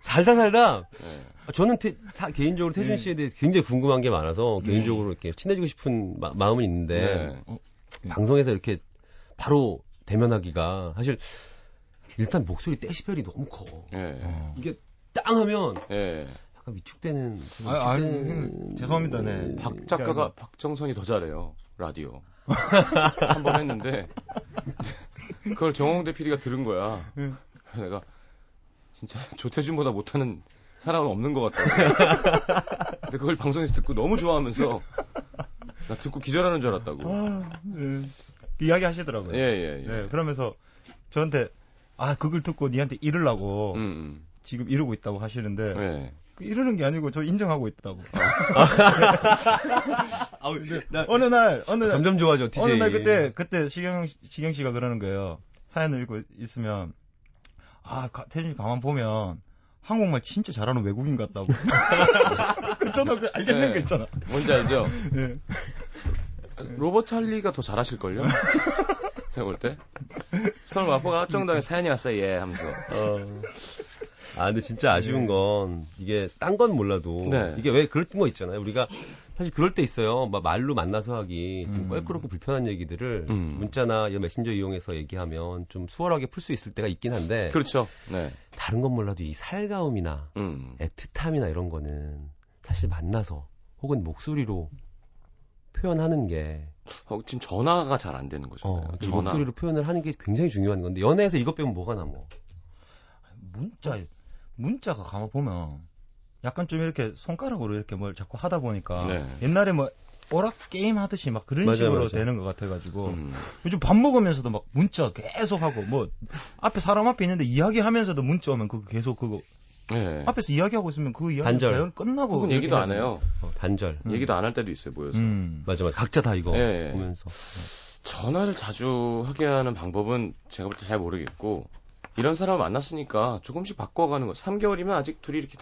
[SPEAKER 3] 살다 살다
[SPEAKER 1] 네.
[SPEAKER 3] 저는 태- 사- 개인적으로 태준 씨에 대해 굉장히 궁금한 게 많아서 개인적으로 이렇게 친해지고 싶은 마, 음은 있는데
[SPEAKER 1] 네.
[SPEAKER 3] 방송에서 이렇게 바로 대면하기가 사실 일단 목소리 떼시벨이 너무 커
[SPEAKER 1] 예.
[SPEAKER 3] 이게 땅 하면
[SPEAKER 1] 예.
[SPEAKER 3] 약간 위축되는
[SPEAKER 2] 아, 아, 형님, 죄송합니다. 네.
[SPEAKER 1] 박 작가가 박정선이 더 잘해요 라디오 한 번 했는데 그걸 정홍대 PD가 들은 거야.
[SPEAKER 2] 네.
[SPEAKER 1] 그래서 내가 진짜 조태준보다 못하는 사람은 없는 것 같다. 근데 그걸 방송에서 듣고 너무 좋아하면서 나 듣고 기절하는 줄 알았다고.
[SPEAKER 2] 아, 예. 이야기 하시더라고요.
[SPEAKER 1] 예 예예.
[SPEAKER 2] 네, 그러면서 저한테 아 그걸 듣고 니한테 이르려고
[SPEAKER 1] 음. 음.
[SPEAKER 2] 지금 이러고 있다고 하시는데
[SPEAKER 1] 예.
[SPEAKER 2] 이러는 게 아니고 저 인정하고 있다고.
[SPEAKER 3] 아우, 나
[SPEAKER 2] 어느 날 어느 날
[SPEAKER 3] 점점 좋아져 DJ
[SPEAKER 2] 어느 날 그때 그때 시경 시경 씨가 그러는 거예요. 사연을 읽고 있으면 아 가- 태준이 가만 보면 한국말 진짜 잘하는 외국인 같다고. 저는 그 알겠는
[SPEAKER 1] 네.
[SPEAKER 2] 거 있잖아.
[SPEAKER 1] 뭔지 알죠?
[SPEAKER 2] 예.
[SPEAKER 1] 로버트 할리가 더 잘하실걸요? 제가 볼 때. 서울 마포가 합정동에 사연이 왔어요, 예, 하면서.
[SPEAKER 3] 어. 아, 근데 진짜
[SPEAKER 2] 네.
[SPEAKER 3] 아쉬운 건 이게 딴 건 몰라도
[SPEAKER 1] 네.
[SPEAKER 3] 이게 왜 그럴 거 있잖아요. 우리가 사실 그럴 때 있어요. 막 말로 만나서 하기 좀
[SPEAKER 2] 음.
[SPEAKER 3] 껄끄럽고 불편한 얘기들을
[SPEAKER 1] 음.
[SPEAKER 3] 문자나 이런 메신저 이용해서 얘기하면 좀 수월하게 풀 수 있을 때가 있긴 한데
[SPEAKER 1] 그렇죠. 네.
[SPEAKER 3] 다른 건 몰라도 이 살가움이나
[SPEAKER 1] 음.
[SPEAKER 3] 애틋함이나 이런 거는 사실 만나서 혹은 목소리로 표현하는 게
[SPEAKER 1] 어, 지금 전화가 잘 안 되는
[SPEAKER 3] 어,
[SPEAKER 1] 거잖아요.
[SPEAKER 3] 이 목소리로 표현을 하는 게 굉장히 중요한 건데 연애에서 이것 빼면 뭐가 남어?
[SPEAKER 2] 문자 문자가 가만 보면 약간 좀 이렇게 손가락으로 이렇게 뭘 자꾸 하다 보니까
[SPEAKER 1] 네.
[SPEAKER 2] 옛날에 뭐 오락 게임 하듯이 막 그런
[SPEAKER 3] 맞아요,
[SPEAKER 2] 식으로
[SPEAKER 3] 맞아요.
[SPEAKER 2] 되는 것 같아가지고
[SPEAKER 1] 음.
[SPEAKER 2] 요즘 밥 먹으면서도 막 문자 계속 하고 뭐 앞에 사람 앞에 있는데 이야기하면서도 문자 오면 그거 계속 그거
[SPEAKER 1] 네.
[SPEAKER 3] 아,
[SPEAKER 2] 앞에서 이야기하고 있으면 그 이야기
[SPEAKER 3] 단절.
[SPEAKER 2] 가
[SPEAKER 3] 뭐
[SPEAKER 2] 끝나고
[SPEAKER 1] 혹은
[SPEAKER 2] 이렇게
[SPEAKER 1] 얘기도
[SPEAKER 2] 해야
[SPEAKER 1] 안
[SPEAKER 2] 돼요.
[SPEAKER 1] 해요.
[SPEAKER 3] 단절.
[SPEAKER 2] 음.
[SPEAKER 1] 얘기도 안 할 때도 있어요, 모여서.
[SPEAKER 2] 음.
[SPEAKER 3] 맞아, 맞아. 각자 다 이거
[SPEAKER 1] 예, 예.
[SPEAKER 3] 보면서.
[SPEAKER 1] 전화를 자주 하게 하는 방법은 제가 볼 때 잘 모르겠고 이런 사람 만났으니까 조금씩 바꿔가는 거. 3개월이면 아직 둘이 이렇게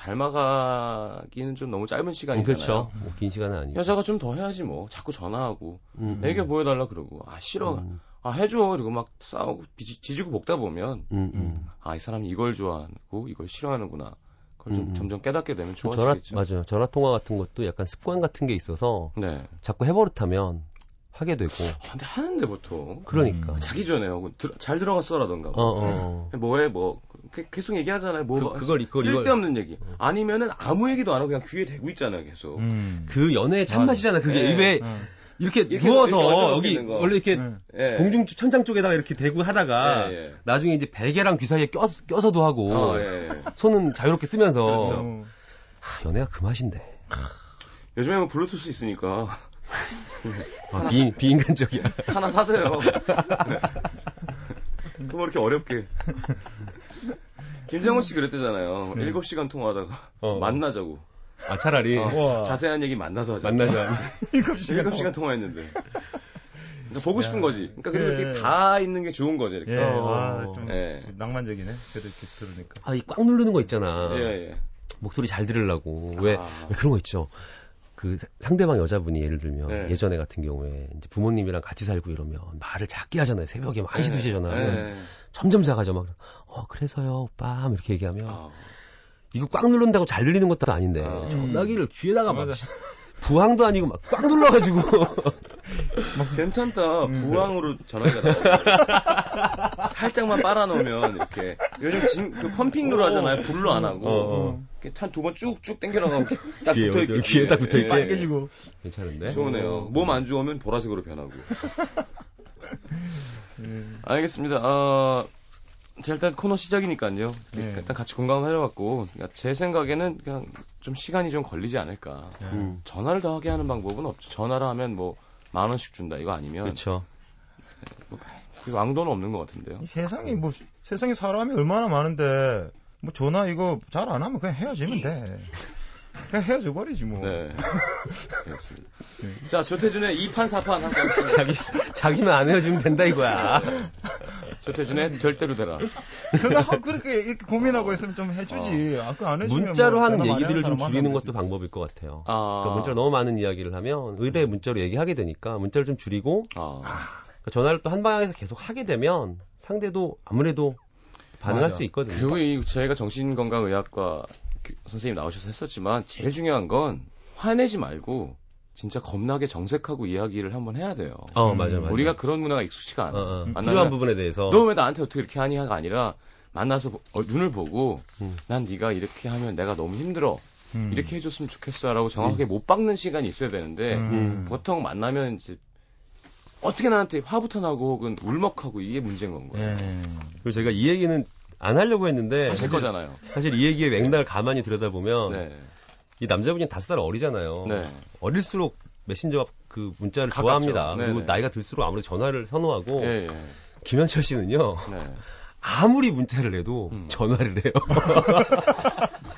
[SPEAKER 1] 닮아가기는 좀 너무 짧은 시간이잖아요.
[SPEAKER 3] 그렇죠. 뭐긴 시간은 아니고.
[SPEAKER 1] 여자가 좀 더 해야지 뭐. 자꾸 전화하고
[SPEAKER 3] 음, 음.
[SPEAKER 1] 애교 보여달라 그러고 아 싫어.
[SPEAKER 3] 음,
[SPEAKER 1] 아 해줘. 그리고 막 싸우고 지, 지지고 볶다 보면
[SPEAKER 3] 음, 음.
[SPEAKER 1] 아 이 사람이 이걸 좋아하고 이걸 싫어하는구나. 그걸 좀
[SPEAKER 3] 음, 음.
[SPEAKER 1] 점점 깨닫게 되면
[SPEAKER 3] 그 전화
[SPEAKER 1] 좋아지겠죠.
[SPEAKER 3] 맞아요. 전화 통화 같은 것도 약간 습관 같은 게 있어서
[SPEAKER 1] 네.
[SPEAKER 3] 자꾸 해버릇하면 하게 되고.
[SPEAKER 1] 아, 근데 하는데 보통
[SPEAKER 3] 그러니까.
[SPEAKER 2] 음.
[SPEAKER 1] 자기 전에 하고 들- 잘 들어갔어라던가.
[SPEAKER 3] 어, 어.
[SPEAKER 1] 뭐해 뭐 그- 계속 얘기하잖아요. 뭐 막-
[SPEAKER 3] 그걸 이걸
[SPEAKER 1] 쓸데없는 얘기. 아니면은 아무 얘기도 안 하고 그냥 귀에 대고 있잖아요, 계속.
[SPEAKER 2] 음.
[SPEAKER 3] 그 연애의 찬맛이잖아. 그게
[SPEAKER 1] 예.
[SPEAKER 3] 왜
[SPEAKER 2] 음.
[SPEAKER 3] 이렇게,
[SPEAKER 1] 이렇게
[SPEAKER 3] 누워서
[SPEAKER 1] 이렇게
[SPEAKER 3] 여기
[SPEAKER 1] 얹어놓는 거.
[SPEAKER 3] 원래 이렇게
[SPEAKER 2] 음.
[SPEAKER 1] 예.
[SPEAKER 3] 공중 천장 쪽에다가 이렇게 대고 하다가
[SPEAKER 1] 예, 예.
[SPEAKER 3] 나중에 이제 베개랑 귀 사이에 껴, 껴서도 하고
[SPEAKER 1] 어, 예, 예.
[SPEAKER 3] 손은 자유롭게 쓰면서
[SPEAKER 1] 그렇죠.
[SPEAKER 2] 어.
[SPEAKER 3] 하, 연애가 그 맛인데.
[SPEAKER 1] 요즘에 뭐 블루투스 있으니까
[SPEAKER 3] 아, 비, 비인간적이야.
[SPEAKER 1] 하나 사세요. 그뭐 이렇게 어렵게. 김정은 씨 그랬대잖아요.
[SPEAKER 2] 네.
[SPEAKER 1] 7시간 통화하다가
[SPEAKER 3] 어.
[SPEAKER 1] 만나자고.
[SPEAKER 3] 아, 차라리
[SPEAKER 1] 어,
[SPEAKER 2] 우와.
[SPEAKER 1] 자, 세한 얘기 만나서 하자.
[SPEAKER 3] 만나자.
[SPEAKER 2] 7시간 어.
[SPEAKER 1] 7시간 통화했는데. 그러니까 보고 싶은
[SPEAKER 2] 야.
[SPEAKER 1] 거지. 그러니까 그래도
[SPEAKER 2] 예,
[SPEAKER 1] 이렇게
[SPEAKER 2] 예.
[SPEAKER 1] 다 있는 게 좋은 거죠, 이렇게.
[SPEAKER 2] 예,
[SPEAKER 3] 어.
[SPEAKER 2] 아, 좀
[SPEAKER 1] 어. 예.
[SPEAKER 2] 낭만적이네. 그래도 이렇게 들으니까.
[SPEAKER 3] 아, 이 꽉 누르는 거 있잖아.
[SPEAKER 1] 예, 예.
[SPEAKER 3] 목소리 잘 들으려고. 왜,
[SPEAKER 1] 아.
[SPEAKER 3] 왜 그런 거 있죠. 그 사- 상대방 여자분이 예를 들면
[SPEAKER 1] 네.
[SPEAKER 3] 예전에 같은 경우에 이제 부모님이랑 같이 살고 이러면 말을 작게 하잖아요. 새벽에 막 1시, 2시에 전화하면
[SPEAKER 1] 예.
[SPEAKER 3] 점점 작아져 막. 어, 그래서요, 오빠. 막 이렇게 얘기하면
[SPEAKER 1] 아.
[SPEAKER 3] 이거 꽉 누른다고 잘 들리는 것도 아닌데
[SPEAKER 1] 아.
[SPEAKER 3] 전화기를 귀에다가 막
[SPEAKER 2] 음. 맞아.
[SPEAKER 3] 부항도 아니고 막 꽉 눌러가지고
[SPEAKER 1] 괜찮다.
[SPEAKER 2] 음.
[SPEAKER 1] 부항으로 전화기가 나와. 살짝만 빨아놓으면 이렇게 요즘 진, 그 펌핑으로 하잖아요. 불로 안 하고
[SPEAKER 3] 어, 어.
[SPEAKER 1] 한 두 번 쭉쭉 당겨나가면 이렇게 딱
[SPEAKER 3] 귀에
[SPEAKER 1] 붙어 예. 있게
[SPEAKER 3] 예, 어디- 귀에 딱 붙어있게.
[SPEAKER 2] 빨개지고.
[SPEAKER 3] 괜찮은데?
[SPEAKER 1] 좋네요.
[SPEAKER 3] 음.
[SPEAKER 1] 몸 안 좋으면 보라색으로 변하고.
[SPEAKER 3] 네.
[SPEAKER 1] 알겠습니다. 어, 자, 일단 코너 시작이니까요.
[SPEAKER 2] 네.
[SPEAKER 1] 일단 같이 공감을 해봤고, 그러니까 제 생각에는 그냥 좀 시간이 좀 걸리지 않을까.
[SPEAKER 3] 음.
[SPEAKER 1] 전화를 더 하게 하는 방법은 없죠. 전화를 하면 뭐 만 원씩 준다 이거 아니면
[SPEAKER 3] 그렇죠.
[SPEAKER 2] 음.
[SPEAKER 1] 그 왕도는 없는 것 같은데요.
[SPEAKER 3] 어.
[SPEAKER 2] 이 세상에
[SPEAKER 1] 음.
[SPEAKER 2] 뭐 세상에 사람이 얼마나 많은데 뭐 전화 이거 잘 안 하면 그냥 헤어지면 돼. 그냥 헤어져 버리지 뭐.
[SPEAKER 1] 네. 알겠습니다.
[SPEAKER 3] 네.
[SPEAKER 1] 자, 조태준의 2판, 4판 한 번씩.
[SPEAKER 3] 자기 자기만 안 헤어지면 된다 이거야.
[SPEAKER 1] 조태준의 절대로 되라.
[SPEAKER 2] 근데 하- 그렇게 이렇게
[SPEAKER 1] 어.
[SPEAKER 2] 고민하고 있으면 좀 해주지. 아, 그거 안 해주면
[SPEAKER 3] 문자로
[SPEAKER 2] 뭐
[SPEAKER 3] 하는
[SPEAKER 2] 전화 많이
[SPEAKER 3] 얘기들을 좀
[SPEAKER 2] 사람
[SPEAKER 3] 줄이는
[SPEAKER 2] 만나면
[SPEAKER 3] 것도 방법일 것 같아요.
[SPEAKER 1] 아. 음.
[SPEAKER 3] 그러니까 문자로 너무 많은 이야기를 하면 의뢰 문자로 얘기하게 되니까 문자를 좀 줄이고
[SPEAKER 1] 아,
[SPEAKER 3] 그러니까 전화를 또 한 방향에서 계속 하게 되면 상대도 아무래도 반응할
[SPEAKER 2] 맞아.
[SPEAKER 3] 수 있거든요. 음.
[SPEAKER 1] 그리고 이 저희가 정신건강의학과 그- 선생님 나오셔서 했었지만 제일 중요한 건 화내지 말고 진짜 겁나게 정색하고 이야기를 한번 해야 돼요.
[SPEAKER 3] 어 맞아 맞아.
[SPEAKER 1] 우리가 그런 문화가 익숙치가
[SPEAKER 3] 어,
[SPEAKER 1] 않아.
[SPEAKER 3] 어.
[SPEAKER 1] 만나면
[SPEAKER 3] 필요한 부분에 대해서
[SPEAKER 1] 너왜 나한테 어떻게 이렇게 하냐가 아니라 만나서 보- 어, 눈을 보고
[SPEAKER 3] 음.
[SPEAKER 1] 난 네가 이렇게 하면 내가 너무 힘들어.
[SPEAKER 2] 음.
[SPEAKER 1] 이렇게 해줬으면 좋겠어라고
[SPEAKER 3] 음.
[SPEAKER 1] 정확하게 못 박는 시간이 있어야 되는데
[SPEAKER 2] 음.
[SPEAKER 1] 보통 만나면 이제 어떻게 나한테 화부터 나고 혹은 울먹하고 이게 문제인 건 거예요.
[SPEAKER 2] 예.
[SPEAKER 3] 그리고 제가 이 얘기는 안 하려고 했는데
[SPEAKER 1] 하실 거잖아요.
[SPEAKER 3] 사실 이 얘기의 맥락을 가만히 들여다보면
[SPEAKER 1] 네.
[SPEAKER 3] 이 남자분이 다섯 살 어. 어리잖아요.
[SPEAKER 1] 네.
[SPEAKER 3] 어릴수록 메신저 그 문자를
[SPEAKER 1] 가깝죠.
[SPEAKER 3] 좋아합니다. 그리고
[SPEAKER 1] 네네.
[SPEAKER 3] 나이가 들수록 아무래도 전화를 선호하고
[SPEAKER 1] 예, 예.
[SPEAKER 3] 김현철 씨는요
[SPEAKER 1] 네.
[SPEAKER 3] 아무리 문자를 해도
[SPEAKER 1] 음.
[SPEAKER 3] 전화를 해요.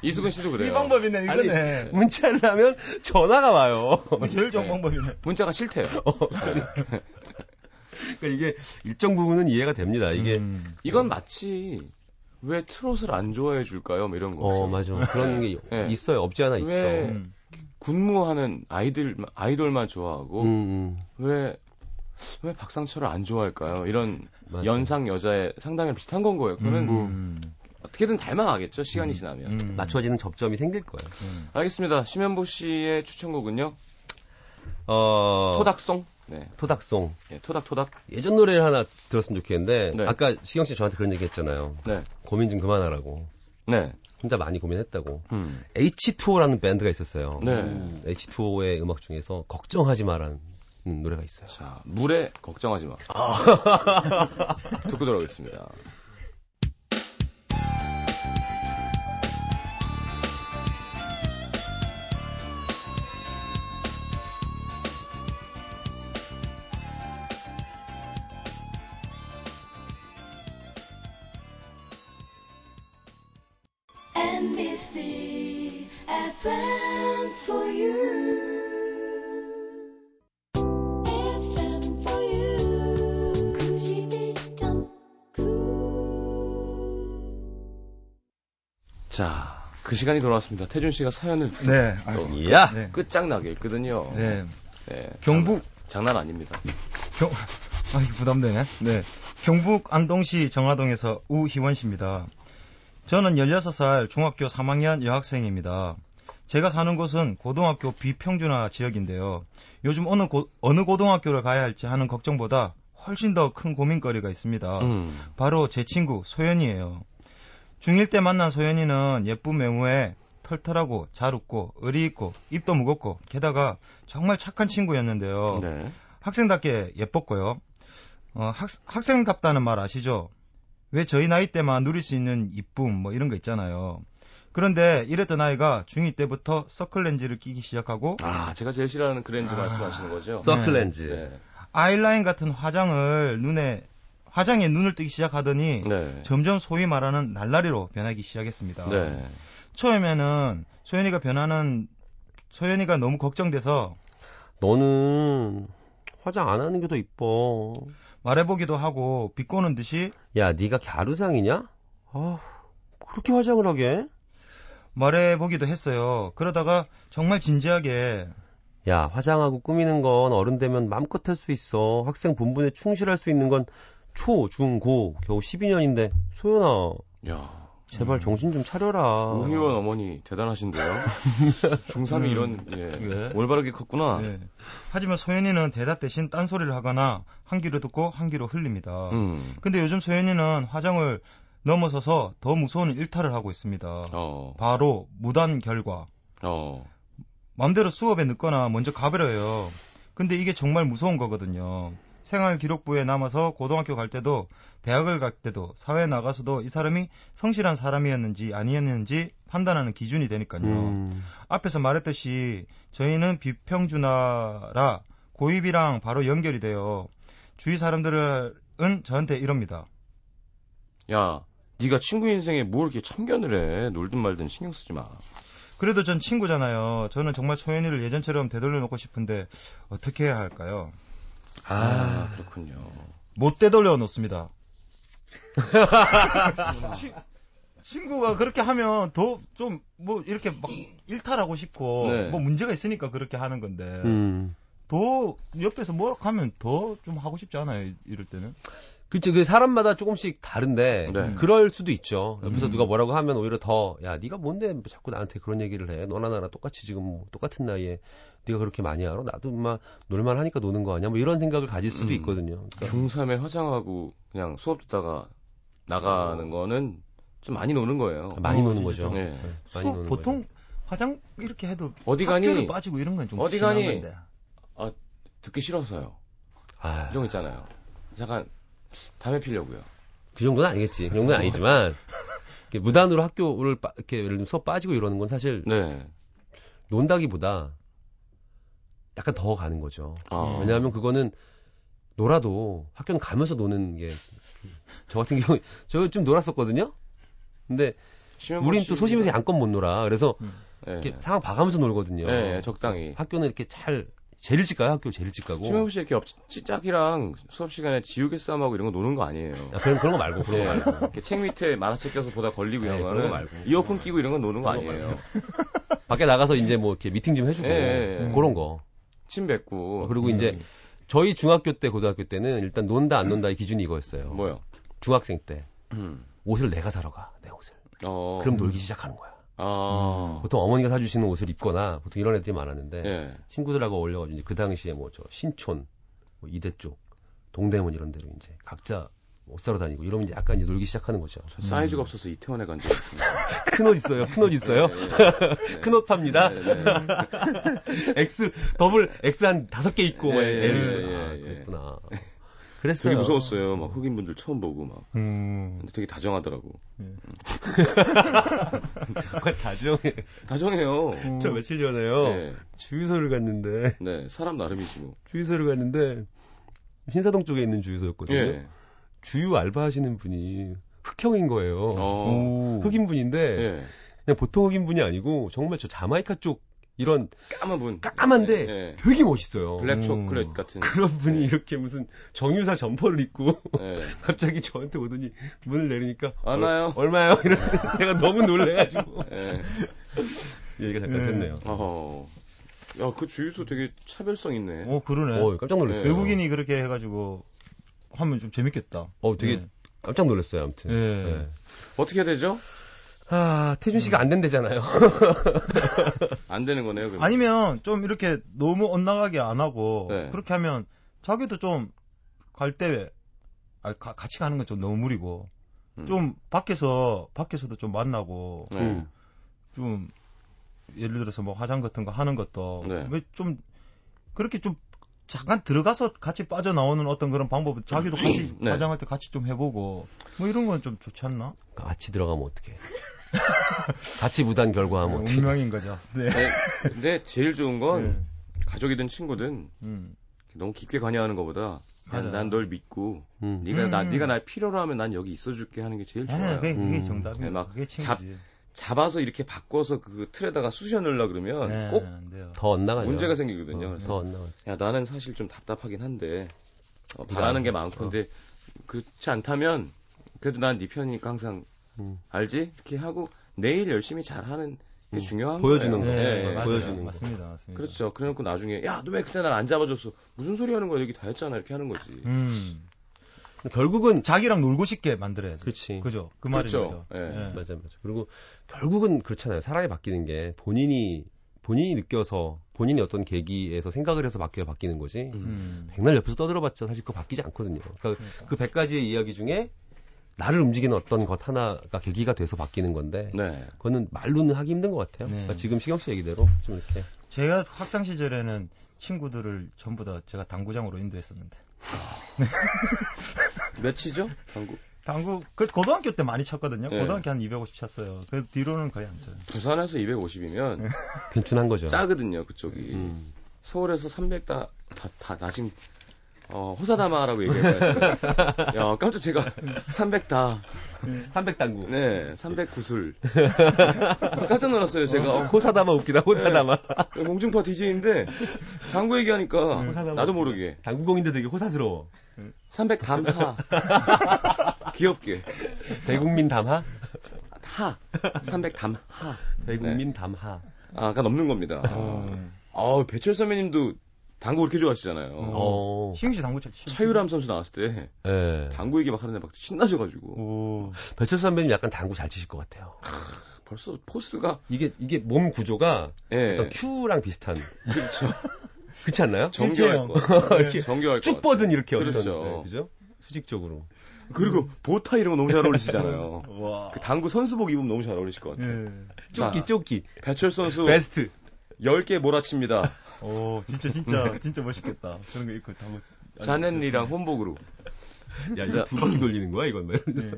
[SPEAKER 1] 이수근 씨도 그래요.
[SPEAKER 2] 이 방법이네 이거네.
[SPEAKER 3] 문자를 하면 전화가 와요.
[SPEAKER 2] 이게 제일 좋은
[SPEAKER 1] 네.
[SPEAKER 2] 방법이네.
[SPEAKER 1] 문자가 싫대요.
[SPEAKER 3] 어. 그러니까 이게 일정 부분은 이해가 됩니다. 이게
[SPEAKER 2] 음.
[SPEAKER 1] 이건 마치 왜 트롯을 안 좋아해 줄까요? 뭐 이런 거.
[SPEAKER 3] 어 맞아 그런 게
[SPEAKER 1] 네.
[SPEAKER 3] 있어요. 없지 않아 있어.
[SPEAKER 1] 왜-
[SPEAKER 3] 음,
[SPEAKER 2] 음.
[SPEAKER 1] 군무하는 아이들 아이돌만 좋아하고
[SPEAKER 3] 음.
[SPEAKER 1] 왜 왜 박상철을 안 좋아할까요? 이런
[SPEAKER 3] 맞아요. 음.
[SPEAKER 1] 연상 여자의 상당히 비슷한 건 거예요. 그러면 어떻게든 닮아가겠죠, 시간이 지나면.
[SPEAKER 2] 음.
[SPEAKER 3] 맞춰지는 접점이 생길 거예요.
[SPEAKER 2] 음.
[SPEAKER 1] 알겠습니다. 심현보 씨의 추천곡은요,
[SPEAKER 3] 어,
[SPEAKER 1] 토닥송. 네,
[SPEAKER 3] 토닥송.
[SPEAKER 1] 예, 토닥토닥.
[SPEAKER 3] 예전 노래 하나 들었으면 좋겠는데
[SPEAKER 1] 네.
[SPEAKER 3] 아까 시경 씨 저한테 그런 얘기 했잖아요.
[SPEAKER 1] 네,
[SPEAKER 3] 고민 좀 그만하라고.
[SPEAKER 1] 네.
[SPEAKER 3] 혼자 많이 고민했다고.
[SPEAKER 1] 음.
[SPEAKER 3] H2O라는 밴드가 있었어요. 음.
[SPEAKER 1] 네.
[SPEAKER 3] H2O의 음악 중에서 걱정하지 마라는 노래가 있어요.
[SPEAKER 1] 자, 물에 걱정하지 마.
[SPEAKER 3] 아.
[SPEAKER 1] 듣고 돌아오겠습니다.
[SPEAKER 4] NBC FM for you. FM for you. 91.9.
[SPEAKER 1] 자, 그 시간이 돌아왔습니다. 태준 씨가 사연을
[SPEAKER 2] 네.
[SPEAKER 1] 또
[SPEAKER 2] 아이고.
[SPEAKER 3] 야!
[SPEAKER 2] 네.
[SPEAKER 1] 끝장나게 읽거든요.
[SPEAKER 2] 네.
[SPEAKER 1] 네,
[SPEAKER 2] 경북
[SPEAKER 1] 장, 난 아닙니다.
[SPEAKER 2] 경, 아, 이거 부담되네. 네. 경북 안동시 정화동에서 우희원 씨입니다. 저는 16살 중학교 3학년 여학생입니다. 제가 사는 곳은 고등학교 비평준화 지역인데요. 요즘 어느, 고, 어느 고등학교를 가야 할지 하는 걱정보다 훨씬 더 큰 고민거리가 있습니다.
[SPEAKER 1] 음.
[SPEAKER 2] 바로 제 친구 소연이에요. 중1 때 만난 소연이는 예쁜 외모에 털털하고 잘 웃고 의리 있고 입도 무겁고 게다가 정말 착한 친구였는데요.
[SPEAKER 1] 네.
[SPEAKER 2] 학생답게 예뻤고요. 어, 학, 학생답다는 말 아시죠? 왜 저희 나이 때만 누릴 수 있는 이쁨 뭐 이런 거 있잖아요. 그런데 이랬던 아이가 중2 때부터 서클 렌즈를 끼기 시작하고
[SPEAKER 1] 아, 제가 제일 싫어하는 그랜즈 말씀하시는 거죠?
[SPEAKER 3] 서클렌즈.
[SPEAKER 1] 네.
[SPEAKER 2] 아이라인 같은 화장을 눈에 화장에 눈을 뜨기 시작하더니
[SPEAKER 1] 네.
[SPEAKER 2] 점점 소위 말하는 날라리로 변하기 시작했습니다.
[SPEAKER 1] 네.
[SPEAKER 2] 처음에는 소연이가 변하는 소연이가 너무 걱정돼서
[SPEAKER 3] 너는 화장 안 하는 게 더 이뻐.
[SPEAKER 2] 말해보기도 하고 비꼬는 듯이
[SPEAKER 3] 야, 네가 갸루상이냐? 아, 그렇게 화장을 하게?
[SPEAKER 2] 말해보기도 했어요. 그러다가 정말 진지하게
[SPEAKER 3] 야, 화장하고 꾸미는 건 어른 되면 맘껏 할 수 있어. 학생 본분에 충실할 수 있는 건 초, 중, 고, 겨우 12년인데. 소연아,
[SPEAKER 1] 야,
[SPEAKER 3] 제발 정신 좀 차려라.
[SPEAKER 1] 우희원 어머니 대단하신데요? 중3이 이런, 예.
[SPEAKER 2] 왜?
[SPEAKER 1] 올바르게 컸구나.
[SPEAKER 2] 예. 하지만 소연이는 대답 대신 딴소리를 하거나 한 귀로 듣고 한 귀로 흘립니다.
[SPEAKER 1] 음.
[SPEAKER 2] 근데 요즘 소연이는 화장을 넘어서서 더 무서운 일탈을 하고 있습니다.
[SPEAKER 1] 어.
[SPEAKER 2] 바로 무단 결과.
[SPEAKER 1] 어.
[SPEAKER 2] 맘대로 수업에 늦거나 먼저 가버려요. 근데 이게 정말 무서운 거거든요. 생활 기록부에 남아서 고등학교 갈 때도 대학을 갈 때도 사회에 나가서도 이 사람이 성실한 사람이었는지 아니었는지 판단하는 기준이 되니까요.
[SPEAKER 3] 음,
[SPEAKER 2] 앞에서 말했듯이 저희는 비평준화라 고입이랑 바로 연결이 돼요. 주위 사람들은 저한테 이럽니다.
[SPEAKER 1] 야, 네가 친구 인생에 뭘 이렇게 참견을 해. 놀든 말든 신경 쓰지 마.
[SPEAKER 2] 그래도 전 친구잖아요. 저는 정말 소연이를 예전처럼 되돌려 놓고 싶은데 어떻게 해야 할까요?
[SPEAKER 1] 아, 그렇군요.
[SPEAKER 2] 못 되돌려 놓습니다. 친- 친구가 그렇게 하면 더 좀 뭐 이렇게 막 일탈하고 싶고
[SPEAKER 1] 네.
[SPEAKER 2] 뭐 문제가 있으니까 그렇게 하는 건데
[SPEAKER 3] 음.
[SPEAKER 2] 더 옆에서 뭐라 하면 더 좀 하고 싶지 않아요 이럴 때는
[SPEAKER 3] 그치, 그 사람마다 조금씩 다른데,
[SPEAKER 1] 네.
[SPEAKER 3] 그럴 수도 있죠. 옆에서
[SPEAKER 2] 음.
[SPEAKER 3] 누가 뭐라고 하면 오히려 더, 야, 네가 뭔데 뭐 자꾸 나한테 그런 얘기를 해. 너나 나나 똑같이 지금 뭐 똑같은 나이에 네가 그렇게 많이 알아? 나도 막 놀만 하니까 노는 거 아니야? 뭐 이런 생각을 가질 수도
[SPEAKER 1] 음.
[SPEAKER 3] 있거든요. 그러니까
[SPEAKER 1] 중3에 화장하고 그냥 수업 듣다가 나가는 거는 좀 많이 노는 거예요.
[SPEAKER 3] 어. 아, 많이
[SPEAKER 2] 어,
[SPEAKER 3] 노는
[SPEAKER 2] 진짜
[SPEAKER 3] 거죠.
[SPEAKER 1] 네.
[SPEAKER 3] 네, 많이
[SPEAKER 2] 수업
[SPEAKER 3] 노는
[SPEAKER 2] 보통
[SPEAKER 3] 거죠.
[SPEAKER 2] 화장 이렇게 해도
[SPEAKER 1] 어디 가니?
[SPEAKER 2] 학교를 빠지고 이런 건 좀
[SPEAKER 1] 어디
[SPEAKER 2] 심한
[SPEAKER 1] 가니?
[SPEAKER 2] 건데.
[SPEAKER 1] 듣기 싫어서요.
[SPEAKER 3] 아,
[SPEAKER 1] 이런 거 있잖아요. 잠깐 담배 피려고요.
[SPEAKER 3] 그 정도는 아니겠지. 그 정도는 아니지만 이렇게 무단으로 학교를 빠, 이렇게 예를 들면 수업 빠지고 이러는 건 사실
[SPEAKER 1] 네.
[SPEAKER 3] 논다기보다 약간 더 가는 거죠.
[SPEAKER 1] 아.
[SPEAKER 3] 예. 왜냐하면 그거는 놀아도 학교는 가면서 노는 게 저 같은 경우 저 좀 놀았었거든요. 근데
[SPEAKER 1] 심현보
[SPEAKER 3] 우린 또
[SPEAKER 1] 씨가-
[SPEAKER 3] 소심해서 양껏 못 놀아. 그래서
[SPEAKER 1] 네.
[SPEAKER 3] 이렇게 상황 봐가면서 놀거든요.
[SPEAKER 1] 네, 적당히.
[SPEAKER 3] 학교는 이렇게 잘 제일 일찍 가요. 학교 제일 일찍 가고.
[SPEAKER 1] 심현보 씨 이렇게 옆 찌짝이랑 수업 시간에 지우개 싸움하고 이런 거 노는 거 아니에요.
[SPEAKER 3] 아, 그런 그런 거 말고 그런
[SPEAKER 1] 네.
[SPEAKER 3] 거 말고.
[SPEAKER 1] 이렇게 책 밑에 만화책 껴서 보다 걸리고 이런
[SPEAKER 3] 네, 그런
[SPEAKER 1] 거는
[SPEAKER 3] 거 말고.
[SPEAKER 1] 이어폰 끼고 이런 건 노는 거
[SPEAKER 3] 그런 거
[SPEAKER 1] 아니에요. 네,
[SPEAKER 3] 밖에 나가서 이제 뭐 이렇게 미팅 좀 해주고
[SPEAKER 1] 예, 예, 예.
[SPEAKER 3] 아, 그런 거.
[SPEAKER 1] 침 뱉고.
[SPEAKER 3] 그리고 이제 저희 중학교 때, 고등학교 때는 일단 논다 안 논다의 기준이 이거였어요.
[SPEAKER 1] 뭐요?
[SPEAKER 3] 중학생 때
[SPEAKER 1] 음.
[SPEAKER 3] 옷을 내가 사러 가, 내 옷을.
[SPEAKER 1] 어.
[SPEAKER 3] 그럼 음. 놀기 시작하는 거야.
[SPEAKER 1] 아.
[SPEAKER 3] 보통 어머니가 사주시는 옷을 입거나 보통 이런 애들이 많았는데
[SPEAKER 1] 예.
[SPEAKER 3] 친구들하고 어울려가지고 이제 그 당시에 뭐 저 신촌, 뭐 이대 쪽, 동대문 이런 데로 이제 각자 옷 사러 다니고 이러면 이제 약간 이제 놀기 시작하는 거죠.
[SPEAKER 1] 저 사이즈가 없어서 이태원에 간 적 있습니다.
[SPEAKER 3] 큰 옷 있어요. 큰 옷 있어요.
[SPEAKER 1] 예,
[SPEAKER 3] 큰 옷 팝니다. X 더블 X 한 다섯 개 있고
[SPEAKER 1] 예,
[SPEAKER 3] 막
[SPEAKER 1] 예,
[SPEAKER 3] L
[SPEAKER 1] 예,
[SPEAKER 3] 아,
[SPEAKER 1] 예.
[SPEAKER 3] 그랬구나.
[SPEAKER 1] 되게
[SPEAKER 3] 그랬어요.
[SPEAKER 1] 무서웠어요. 막 흑인분들 처음 보고 막.
[SPEAKER 2] 음.
[SPEAKER 1] 근데 되게 다정하더라고.
[SPEAKER 3] 정말 다정해.
[SPEAKER 1] 다정해요.
[SPEAKER 3] 저 며칠 전에요.
[SPEAKER 1] 네.
[SPEAKER 3] 주유소를 갔는데
[SPEAKER 1] 네. 사람 나름이지 뭐.
[SPEAKER 3] 주유소를 갔는데 흰사동 쪽에 있는 주유소였거든요.
[SPEAKER 1] 예.
[SPEAKER 3] 주유 알바하시는 분이 흑형인 거예요.
[SPEAKER 1] 어.
[SPEAKER 2] 오.
[SPEAKER 3] 흑인 분인데
[SPEAKER 1] 예.
[SPEAKER 3] 그냥 보통 흑인 분이 아니고 정말 저 자마이카 쪽 이런
[SPEAKER 1] 까만 분.
[SPEAKER 3] 까만데
[SPEAKER 1] 예.
[SPEAKER 3] 되게 멋있어요.
[SPEAKER 1] 블랙
[SPEAKER 2] 음.
[SPEAKER 1] 초콜릿 같은.
[SPEAKER 3] 그런 분이 이렇게 무슨 정유사 점퍼를 입고
[SPEAKER 1] 예.
[SPEAKER 3] 갑자기 저한테 오더니 문을 내리니까
[SPEAKER 1] 얼마요?
[SPEAKER 3] 얼, 마요 이러 제가 너무 놀래가지고
[SPEAKER 1] 예.
[SPEAKER 3] 얘기가 잠깐
[SPEAKER 2] 네.
[SPEAKER 3] 샜네요.
[SPEAKER 1] 어. 야, 그 주유소 되게 차별성 있네.
[SPEAKER 2] 오, 그러네.
[SPEAKER 3] 어 깜짝 놀랐어요.
[SPEAKER 2] 외국인이 그렇게 해가지고 하면 좀 재밌겠다.
[SPEAKER 3] 어 되게
[SPEAKER 2] 네.
[SPEAKER 3] 깜짝 놀랐어요. 아무튼.
[SPEAKER 2] 예.
[SPEAKER 3] 네.
[SPEAKER 1] 어떻게 해야 되죠?
[SPEAKER 3] 아 태준 씨가 안 된대잖아요.
[SPEAKER 1] 안 되는 거네요, 그럼.
[SPEAKER 2] 아니면 좀 이렇게 너무 엇나가게 안 하고
[SPEAKER 1] 네.
[SPEAKER 2] 그렇게 하면 자기도 좀 갈 때 아, 가- 같이 가는 건 좀 너무 무리고
[SPEAKER 1] 음.
[SPEAKER 2] 좀 밖에서 밖에서도 좀 만나고
[SPEAKER 1] 네.
[SPEAKER 3] 음.
[SPEAKER 2] 좀 예를 들어서 뭐 화장 같은 거 하는 것도
[SPEAKER 1] 네.
[SPEAKER 2] 왜 좀 그렇게 좀 잠깐 들어가서 같이 빠져나오는 어떤 그런 방법은 자기도 같이
[SPEAKER 1] 네.
[SPEAKER 2] 화장할 때 같이 좀 해보고 뭐 이런 건 좀 좋지 않나?
[SPEAKER 3] 그러니까 같이 들어가면 어떡해. 같이 무단 결과하면 어떡해.
[SPEAKER 2] 아, 뭐 네, 운명인 거죠. 네.
[SPEAKER 1] 네, 근데 제일 좋은 건
[SPEAKER 2] 네.
[SPEAKER 1] 가족이든 친구든
[SPEAKER 2] 음.
[SPEAKER 1] 너무 깊게 관여하는 것보다
[SPEAKER 2] 맞아요.
[SPEAKER 1] 난 널 믿고
[SPEAKER 3] 음.
[SPEAKER 1] 네가 나
[SPEAKER 2] 음.
[SPEAKER 1] 네가 날 필요로 하면 난 여기 있어줄게 하는 게 제일
[SPEAKER 2] 아,
[SPEAKER 1] 좋아요.
[SPEAKER 2] 그게, 그게
[SPEAKER 3] 음.
[SPEAKER 2] 정답이야.
[SPEAKER 1] 네, 막
[SPEAKER 2] 그게 친구지.
[SPEAKER 1] 잡아서 이렇게 바꿔서 그 틀에다가 쑤셔 넣으려 그러면
[SPEAKER 2] 네,
[SPEAKER 1] 꼭
[SPEAKER 2] 안 돼요.
[SPEAKER 3] 더 엇나가요.
[SPEAKER 1] 문제가 생기거든요.
[SPEAKER 3] 어,
[SPEAKER 1] 그래서
[SPEAKER 3] 더 엇나가.
[SPEAKER 1] 야 나는 사실 좀 답답하긴 한데 어,
[SPEAKER 3] 네가
[SPEAKER 1] 바라는 게
[SPEAKER 3] 알아서
[SPEAKER 1] 많고 근데 그렇지 않다면 그래도 난 네 편이니까 항상
[SPEAKER 3] 음.
[SPEAKER 1] 알지 이렇게 하고 내일 열심히 잘하는 게
[SPEAKER 3] 음,
[SPEAKER 1] 중요한
[SPEAKER 3] 보여주는
[SPEAKER 1] 거예요.
[SPEAKER 3] 거.
[SPEAKER 1] 예,
[SPEAKER 3] 네,
[SPEAKER 1] 예.
[SPEAKER 2] 맞아요.
[SPEAKER 3] 보여주는 거.
[SPEAKER 2] 맞습니다, 맞습니다.
[SPEAKER 1] 그렇죠. 그래놓고 나중에 야 너 왜 그때 날 안 잡아줬어? 무슨 소리 하는 거야? 여기 다 했잖아 이렇게 하는 거지.
[SPEAKER 2] 음,
[SPEAKER 3] 결국은
[SPEAKER 2] 자기랑 놀고 싶게 만들어야지.
[SPEAKER 3] 그렇지.
[SPEAKER 2] 그죠? 그
[SPEAKER 1] 그렇죠.
[SPEAKER 2] 말이죠.
[SPEAKER 1] 예.
[SPEAKER 3] 맞아 맞아. 그리고 결국은 그렇잖아요. 사람이 바뀌는 게 본인이 본인이 느껴서 본인이 어떤 계기에서 생각을 해서 바뀌어 바뀌는 거지.
[SPEAKER 1] 음.
[SPEAKER 2] 음.
[SPEAKER 3] 백날 옆에서 떠들어봤자 사실 그거 바뀌지 않거든요. 그러니까 그 100가지의 이야기 중에 나를 움직이는 어떤 것 하나가 계기가 돼서 바뀌는 건데
[SPEAKER 1] 네.
[SPEAKER 3] 그거는 말로는 하기 힘든 것 같아요.
[SPEAKER 2] 네.
[SPEAKER 3] 그러니까 지금 시경 씨 얘기대로 좀 이렇게
[SPEAKER 2] 제가 학창 시절에는 친구들을 전부 다 제가 당구장으로 인도했었는데.
[SPEAKER 1] 몇이죠? 당구.
[SPEAKER 2] 당구 그 고등학교 때 많이 쳤거든요.
[SPEAKER 1] 네.
[SPEAKER 2] 고등학교 한 250 쳤어요. 그 뒤로는 거의 안 쳐요.
[SPEAKER 1] 부산에서 250이면
[SPEAKER 3] 괜춘한 거죠.
[SPEAKER 1] 짜거든요 그쪽이.
[SPEAKER 3] 음.
[SPEAKER 1] 서울에서 300 다 다 나 지금 어, 호사다마라고 얘기할 뻔했어요. 야 깜짝 제가 300 다.
[SPEAKER 3] 300당구.
[SPEAKER 1] 네, 300 구슬. 깜짝 놀랐어요 제가. 어,
[SPEAKER 3] 호사다마 웃기다. 호사다마.
[SPEAKER 1] 공중파 DJ인데 당구 얘기하니까
[SPEAKER 3] 호사다마.
[SPEAKER 1] 나도 모르게
[SPEAKER 3] 당구공인데 되게 호사스러워.
[SPEAKER 1] 300 담하. 귀엽게
[SPEAKER 3] 대국민 담하?
[SPEAKER 1] 하. 300 담하.
[SPEAKER 3] 대국민 담하.
[SPEAKER 1] 아가 넘는 겁니다. 아, 배철 선배님도 당구 그렇게 좋아하시잖아요.
[SPEAKER 3] 어.
[SPEAKER 2] 시흥시 당구 쳤
[SPEAKER 1] 차유람 선수 나왔을 때
[SPEAKER 3] 예.
[SPEAKER 1] 당구 얘기 막 하는데 막
[SPEAKER 3] 뭐.
[SPEAKER 1] 신나셔가지고
[SPEAKER 2] 오.
[SPEAKER 3] 배철 선배님 약간 당구 잘 치실 것 같아요.
[SPEAKER 1] 벌써 포스가
[SPEAKER 3] 이게 이게 몸 구조가
[SPEAKER 1] 예
[SPEAKER 3] 약간 큐랑 비슷한.
[SPEAKER 1] 그렇죠
[SPEAKER 3] 그렇지 않나요?
[SPEAKER 1] 정교할
[SPEAKER 2] 일체형.
[SPEAKER 1] 것 같아요. 예,
[SPEAKER 3] 이렇게
[SPEAKER 1] 정교할 것
[SPEAKER 3] 쭉
[SPEAKER 1] 같아요.
[SPEAKER 3] 뻗은 이렇게 어떤
[SPEAKER 1] 그렇죠.
[SPEAKER 3] 네, 그죠? 음. 수직적으로.
[SPEAKER 1] 그리고 보타 이런 거 너무 잘
[SPEAKER 3] 네.
[SPEAKER 1] 어울리시잖아요
[SPEAKER 2] 와.
[SPEAKER 1] 그 당구 선수복 입으면 너무 잘 어울리실 것
[SPEAKER 2] 예.
[SPEAKER 1] 같아요 자,
[SPEAKER 3] 쪼끼 쪼끼.
[SPEAKER 1] 배철 선수
[SPEAKER 3] 네. 베스트.
[SPEAKER 1] 10개 몰아칩니다
[SPEAKER 2] 오, 진짜 진짜 진짜 멋있겠다. 그런 거 입고 당구.
[SPEAKER 1] 자넨리랑 혼복으로
[SPEAKER 3] 야,
[SPEAKER 1] 자.
[SPEAKER 3] 이거 두 바퀴 돌리는 거야, 이건 말.
[SPEAKER 2] 네.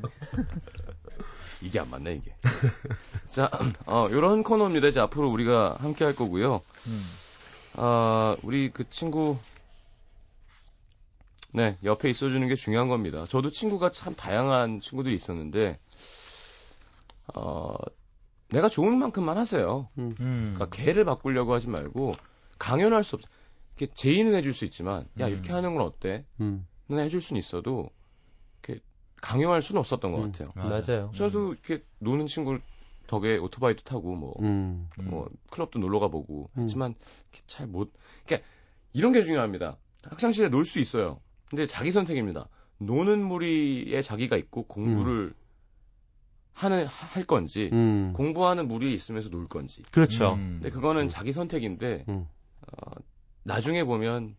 [SPEAKER 1] 이게 안 맞네 이게 자 어, 요런 코너입니다 이제 앞으로 우리가 함께 할 거고요
[SPEAKER 2] 음.
[SPEAKER 1] 아, 우리 그 친구, 네, 옆에 있어주는 게 중요한 겁니다. 저도 친구가 참 다양한 친구들이 있었는데, 어, 내가 좋은 만큼만 하세요.
[SPEAKER 2] 음.
[SPEAKER 1] 그러니까 걔를 바꾸려고 하지 말고, 강요할 수 없, 이렇게 제의는 해줄 수 있지만, 야, 이렇게
[SPEAKER 2] 음.
[SPEAKER 1] 하는 건 어때?
[SPEAKER 3] 음.
[SPEAKER 1] 는 해줄 수는 있어도, 이렇게 강요할 수는 없었던 것
[SPEAKER 3] 음.
[SPEAKER 1] 같아요.
[SPEAKER 3] 맞아요.
[SPEAKER 1] 저도 이렇게 노는 친구 덕에 오토바이도 타고, 뭐,
[SPEAKER 3] 음.
[SPEAKER 2] 음.
[SPEAKER 1] 뭐 클럽도 놀러 가보고
[SPEAKER 3] 음.
[SPEAKER 1] 하지만 잘 못 그러니까 이런 게 중요합니다. 학창 시절에 놀 수 있어요. 근데 자기 선택입니다. 노는 무리에 자기가 있고 공부를 하는 하- 할 건지
[SPEAKER 3] 음.
[SPEAKER 1] 공부하는 무리에 있으면서 놀 건지.
[SPEAKER 3] 그렇죠.
[SPEAKER 2] 음.
[SPEAKER 1] 근데 네, 그거는 자기 선택인데
[SPEAKER 3] 음.
[SPEAKER 1] 어, 나중에 보면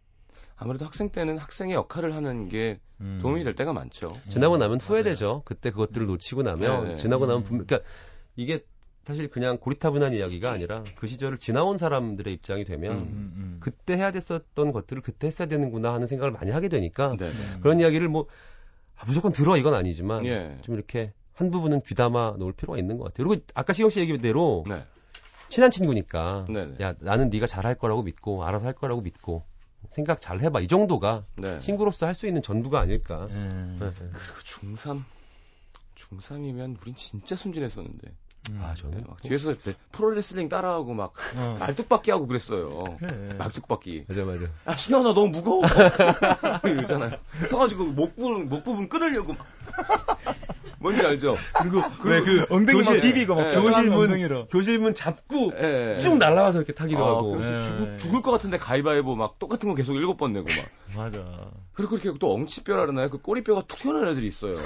[SPEAKER 1] 아무래도 학생 때는 학생의 역할을 하는 게
[SPEAKER 2] 음.
[SPEAKER 1] 도움이 될 때가 많죠.
[SPEAKER 3] 지나고 나면
[SPEAKER 2] 맞아요.
[SPEAKER 3] 후회되죠. 그때 그것들을 놓치고 나면
[SPEAKER 1] 네네.
[SPEAKER 3] 지나고 나면
[SPEAKER 2] 음.
[SPEAKER 3] 분명 그러니까 이게 사실 그냥 고리타분한 이야기가 아니라 그 시절을 지나온 사람들의 입장이 되면
[SPEAKER 1] 음.
[SPEAKER 2] 음, 음.
[SPEAKER 3] 그때 해야 됐었던 것들을 그때 했어야 되는구나 하는 생각을 많이 하게 되니까
[SPEAKER 1] 네.
[SPEAKER 2] 음.
[SPEAKER 3] 그런 이야기를 뭐 아, 무조건 들어 이건 아니지만
[SPEAKER 1] 예.
[SPEAKER 3] 좀 이렇게 한 부분은 귀담아 놓을 필요가 있는 것 같아요. 그리고 아까 시경 씨 얘기대로
[SPEAKER 1] 네.
[SPEAKER 3] 친한 친구니까
[SPEAKER 1] 네네.
[SPEAKER 3] 야 나는 네가 잘 할 거라고 믿고 알아서 할 거라고 믿고 생각 잘 해봐 이 정도가
[SPEAKER 1] 네.
[SPEAKER 3] 친구로서 할 수 있는 전부가 아닐까.
[SPEAKER 2] 음.
[SPEAKER 3] 네.
[SPEAKER 1] 그리고 중3. 중3이면 우린 진짜 순진했었는데.
[SPEAKER 2] 음.
[SPEAKER 3] 아
[SPEAKER 1] 네,
[SPEAKER 3] 저는
[SPEAKER 1] 막 뒤에서 프로레슬링 따라하고 막
[SPEAKER 3] 아.
[SPEAKER 2] 어.
[SPEAKER 1] 말뚝박기 하고 그랬어요.
[SPEAKER 3] 네.
[SPEAKER 2] 그래.
[SPEAKER 1] 말뚝박기.
[SPEAKER 3] 맞아 맞아.
[SPEAKER 1] 아, 신현아, 너무 무거워. 이러잖아요. 서가지고 목 부분, 목 부분 끊으려고 막. 뭔지 알죠?
[SPEAKER 3] 그리고
[SPEAKER 2] 왜 그 엉덩이 막 비비고 막
[SPEAKER 1] 예.
[SPEAKER 2] 교실
[SPEAKER 3] 교실문
[SPEAKER 2] 엉덩이로.
[SPEAKER 3] 교실문 잡고
[SPEAKER 1] 예.
[SPEAKER 3] 쭉 날라와서 이렇게 타기도
[SPEAKER 1] 아,
[SPEAKER 3] 하고. 네.
[SPEAKER 1] 그래서
[SPEAKER 2] 예.
[SPEAKER 1] 죽을, 죽을 것 같은데 가위바위보 막 똑같은 거 계속 일곱 번 내고 막.
[SPEAKER 2] 맞아.
[SPEAKER 1] 그리고 그렇게 또 엉치뼈라 그러나요? 그 꼬리뼈가 툭 튀어나온 애들이 있어요.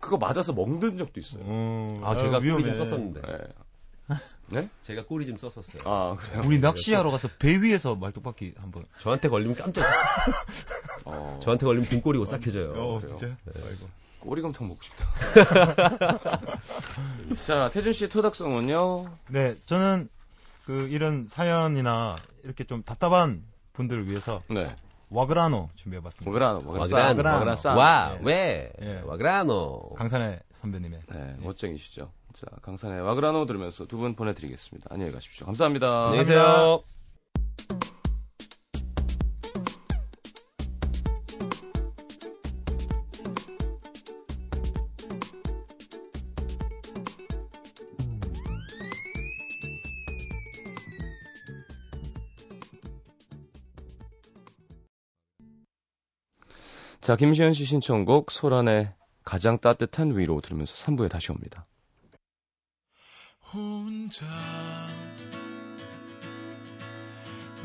[SPEAKER 1] 그거 맞아서 멍든 적도 있어요.
[SPEAKER 2] 음.
[SPEAKER 3] 아 제가
[SPEAKER 2] 아유, 위험해.
[SPEAKER 3] 꼬리 좀 썼었는데.
[SPEAKER 1] 예. 네?
[SPEAKER 3] 제가 꼬리 좀 썼었어요.
[SPEAKER 1] 아, 그래요?
[SPEAKER 2] 우리 낚시하러 가서 배 위에서 말뚝박기 한번.
[SPEAKER 3] 저한테 걸리면 깜짝.
[SPEAKER 1] 어,
[SPEAKER 3] 저한테 걸리면 등골이 오싹해져요.
[SPEAKER 2] 어,
[SPEAKER 1] 그래요?
[SPEAKER 2] 진짜? 아이고.
[SPEAKER 1] 꼬리곰탕 먹고 싶다. 자, 태준 씨의 토닥성은요?
[SPEAKER 2] 네, 저는 그 이런 사연이나 이렇게 좀 답답한 분들을 위해서
[SPEAKER 1] 네.
[SPEAKER 2] 와그라노 준비해봤습니다.
[SPEAKER 1] 모그라노, 모그라노,
[SPEAKER 3] 와그라노,
[SPEAKER 1] 모그라노 쌈.
[SPEAKER 3] 와,
[SPEAKER 2] 예.
[SPEAKER 3] 왜?
[SPEAKER 2] 예.
[SPEAKER 3] 와그라노.
[SPEAKER 2] 강산의 선배님의
[SPEAKER 1] 네, 멋쟁이시죠. 자, 강산의 와그라노 들으면서 두 분 보내드리겠습니다. 안녕히 가십시오. 감사합니다.
[SPEAKER 3] 안녕히 계세요.
[SPEAKER 1] 자, 김시현 씨 신청곡 소란의 가장 따뜻한 위로 들으면서 3부에 다시 옵니다.
[SPEAKER 5] 혼자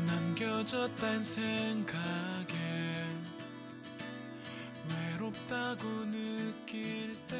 [SPEAKER 5] 남겨졌단 생각에 외롭다고 느낄 때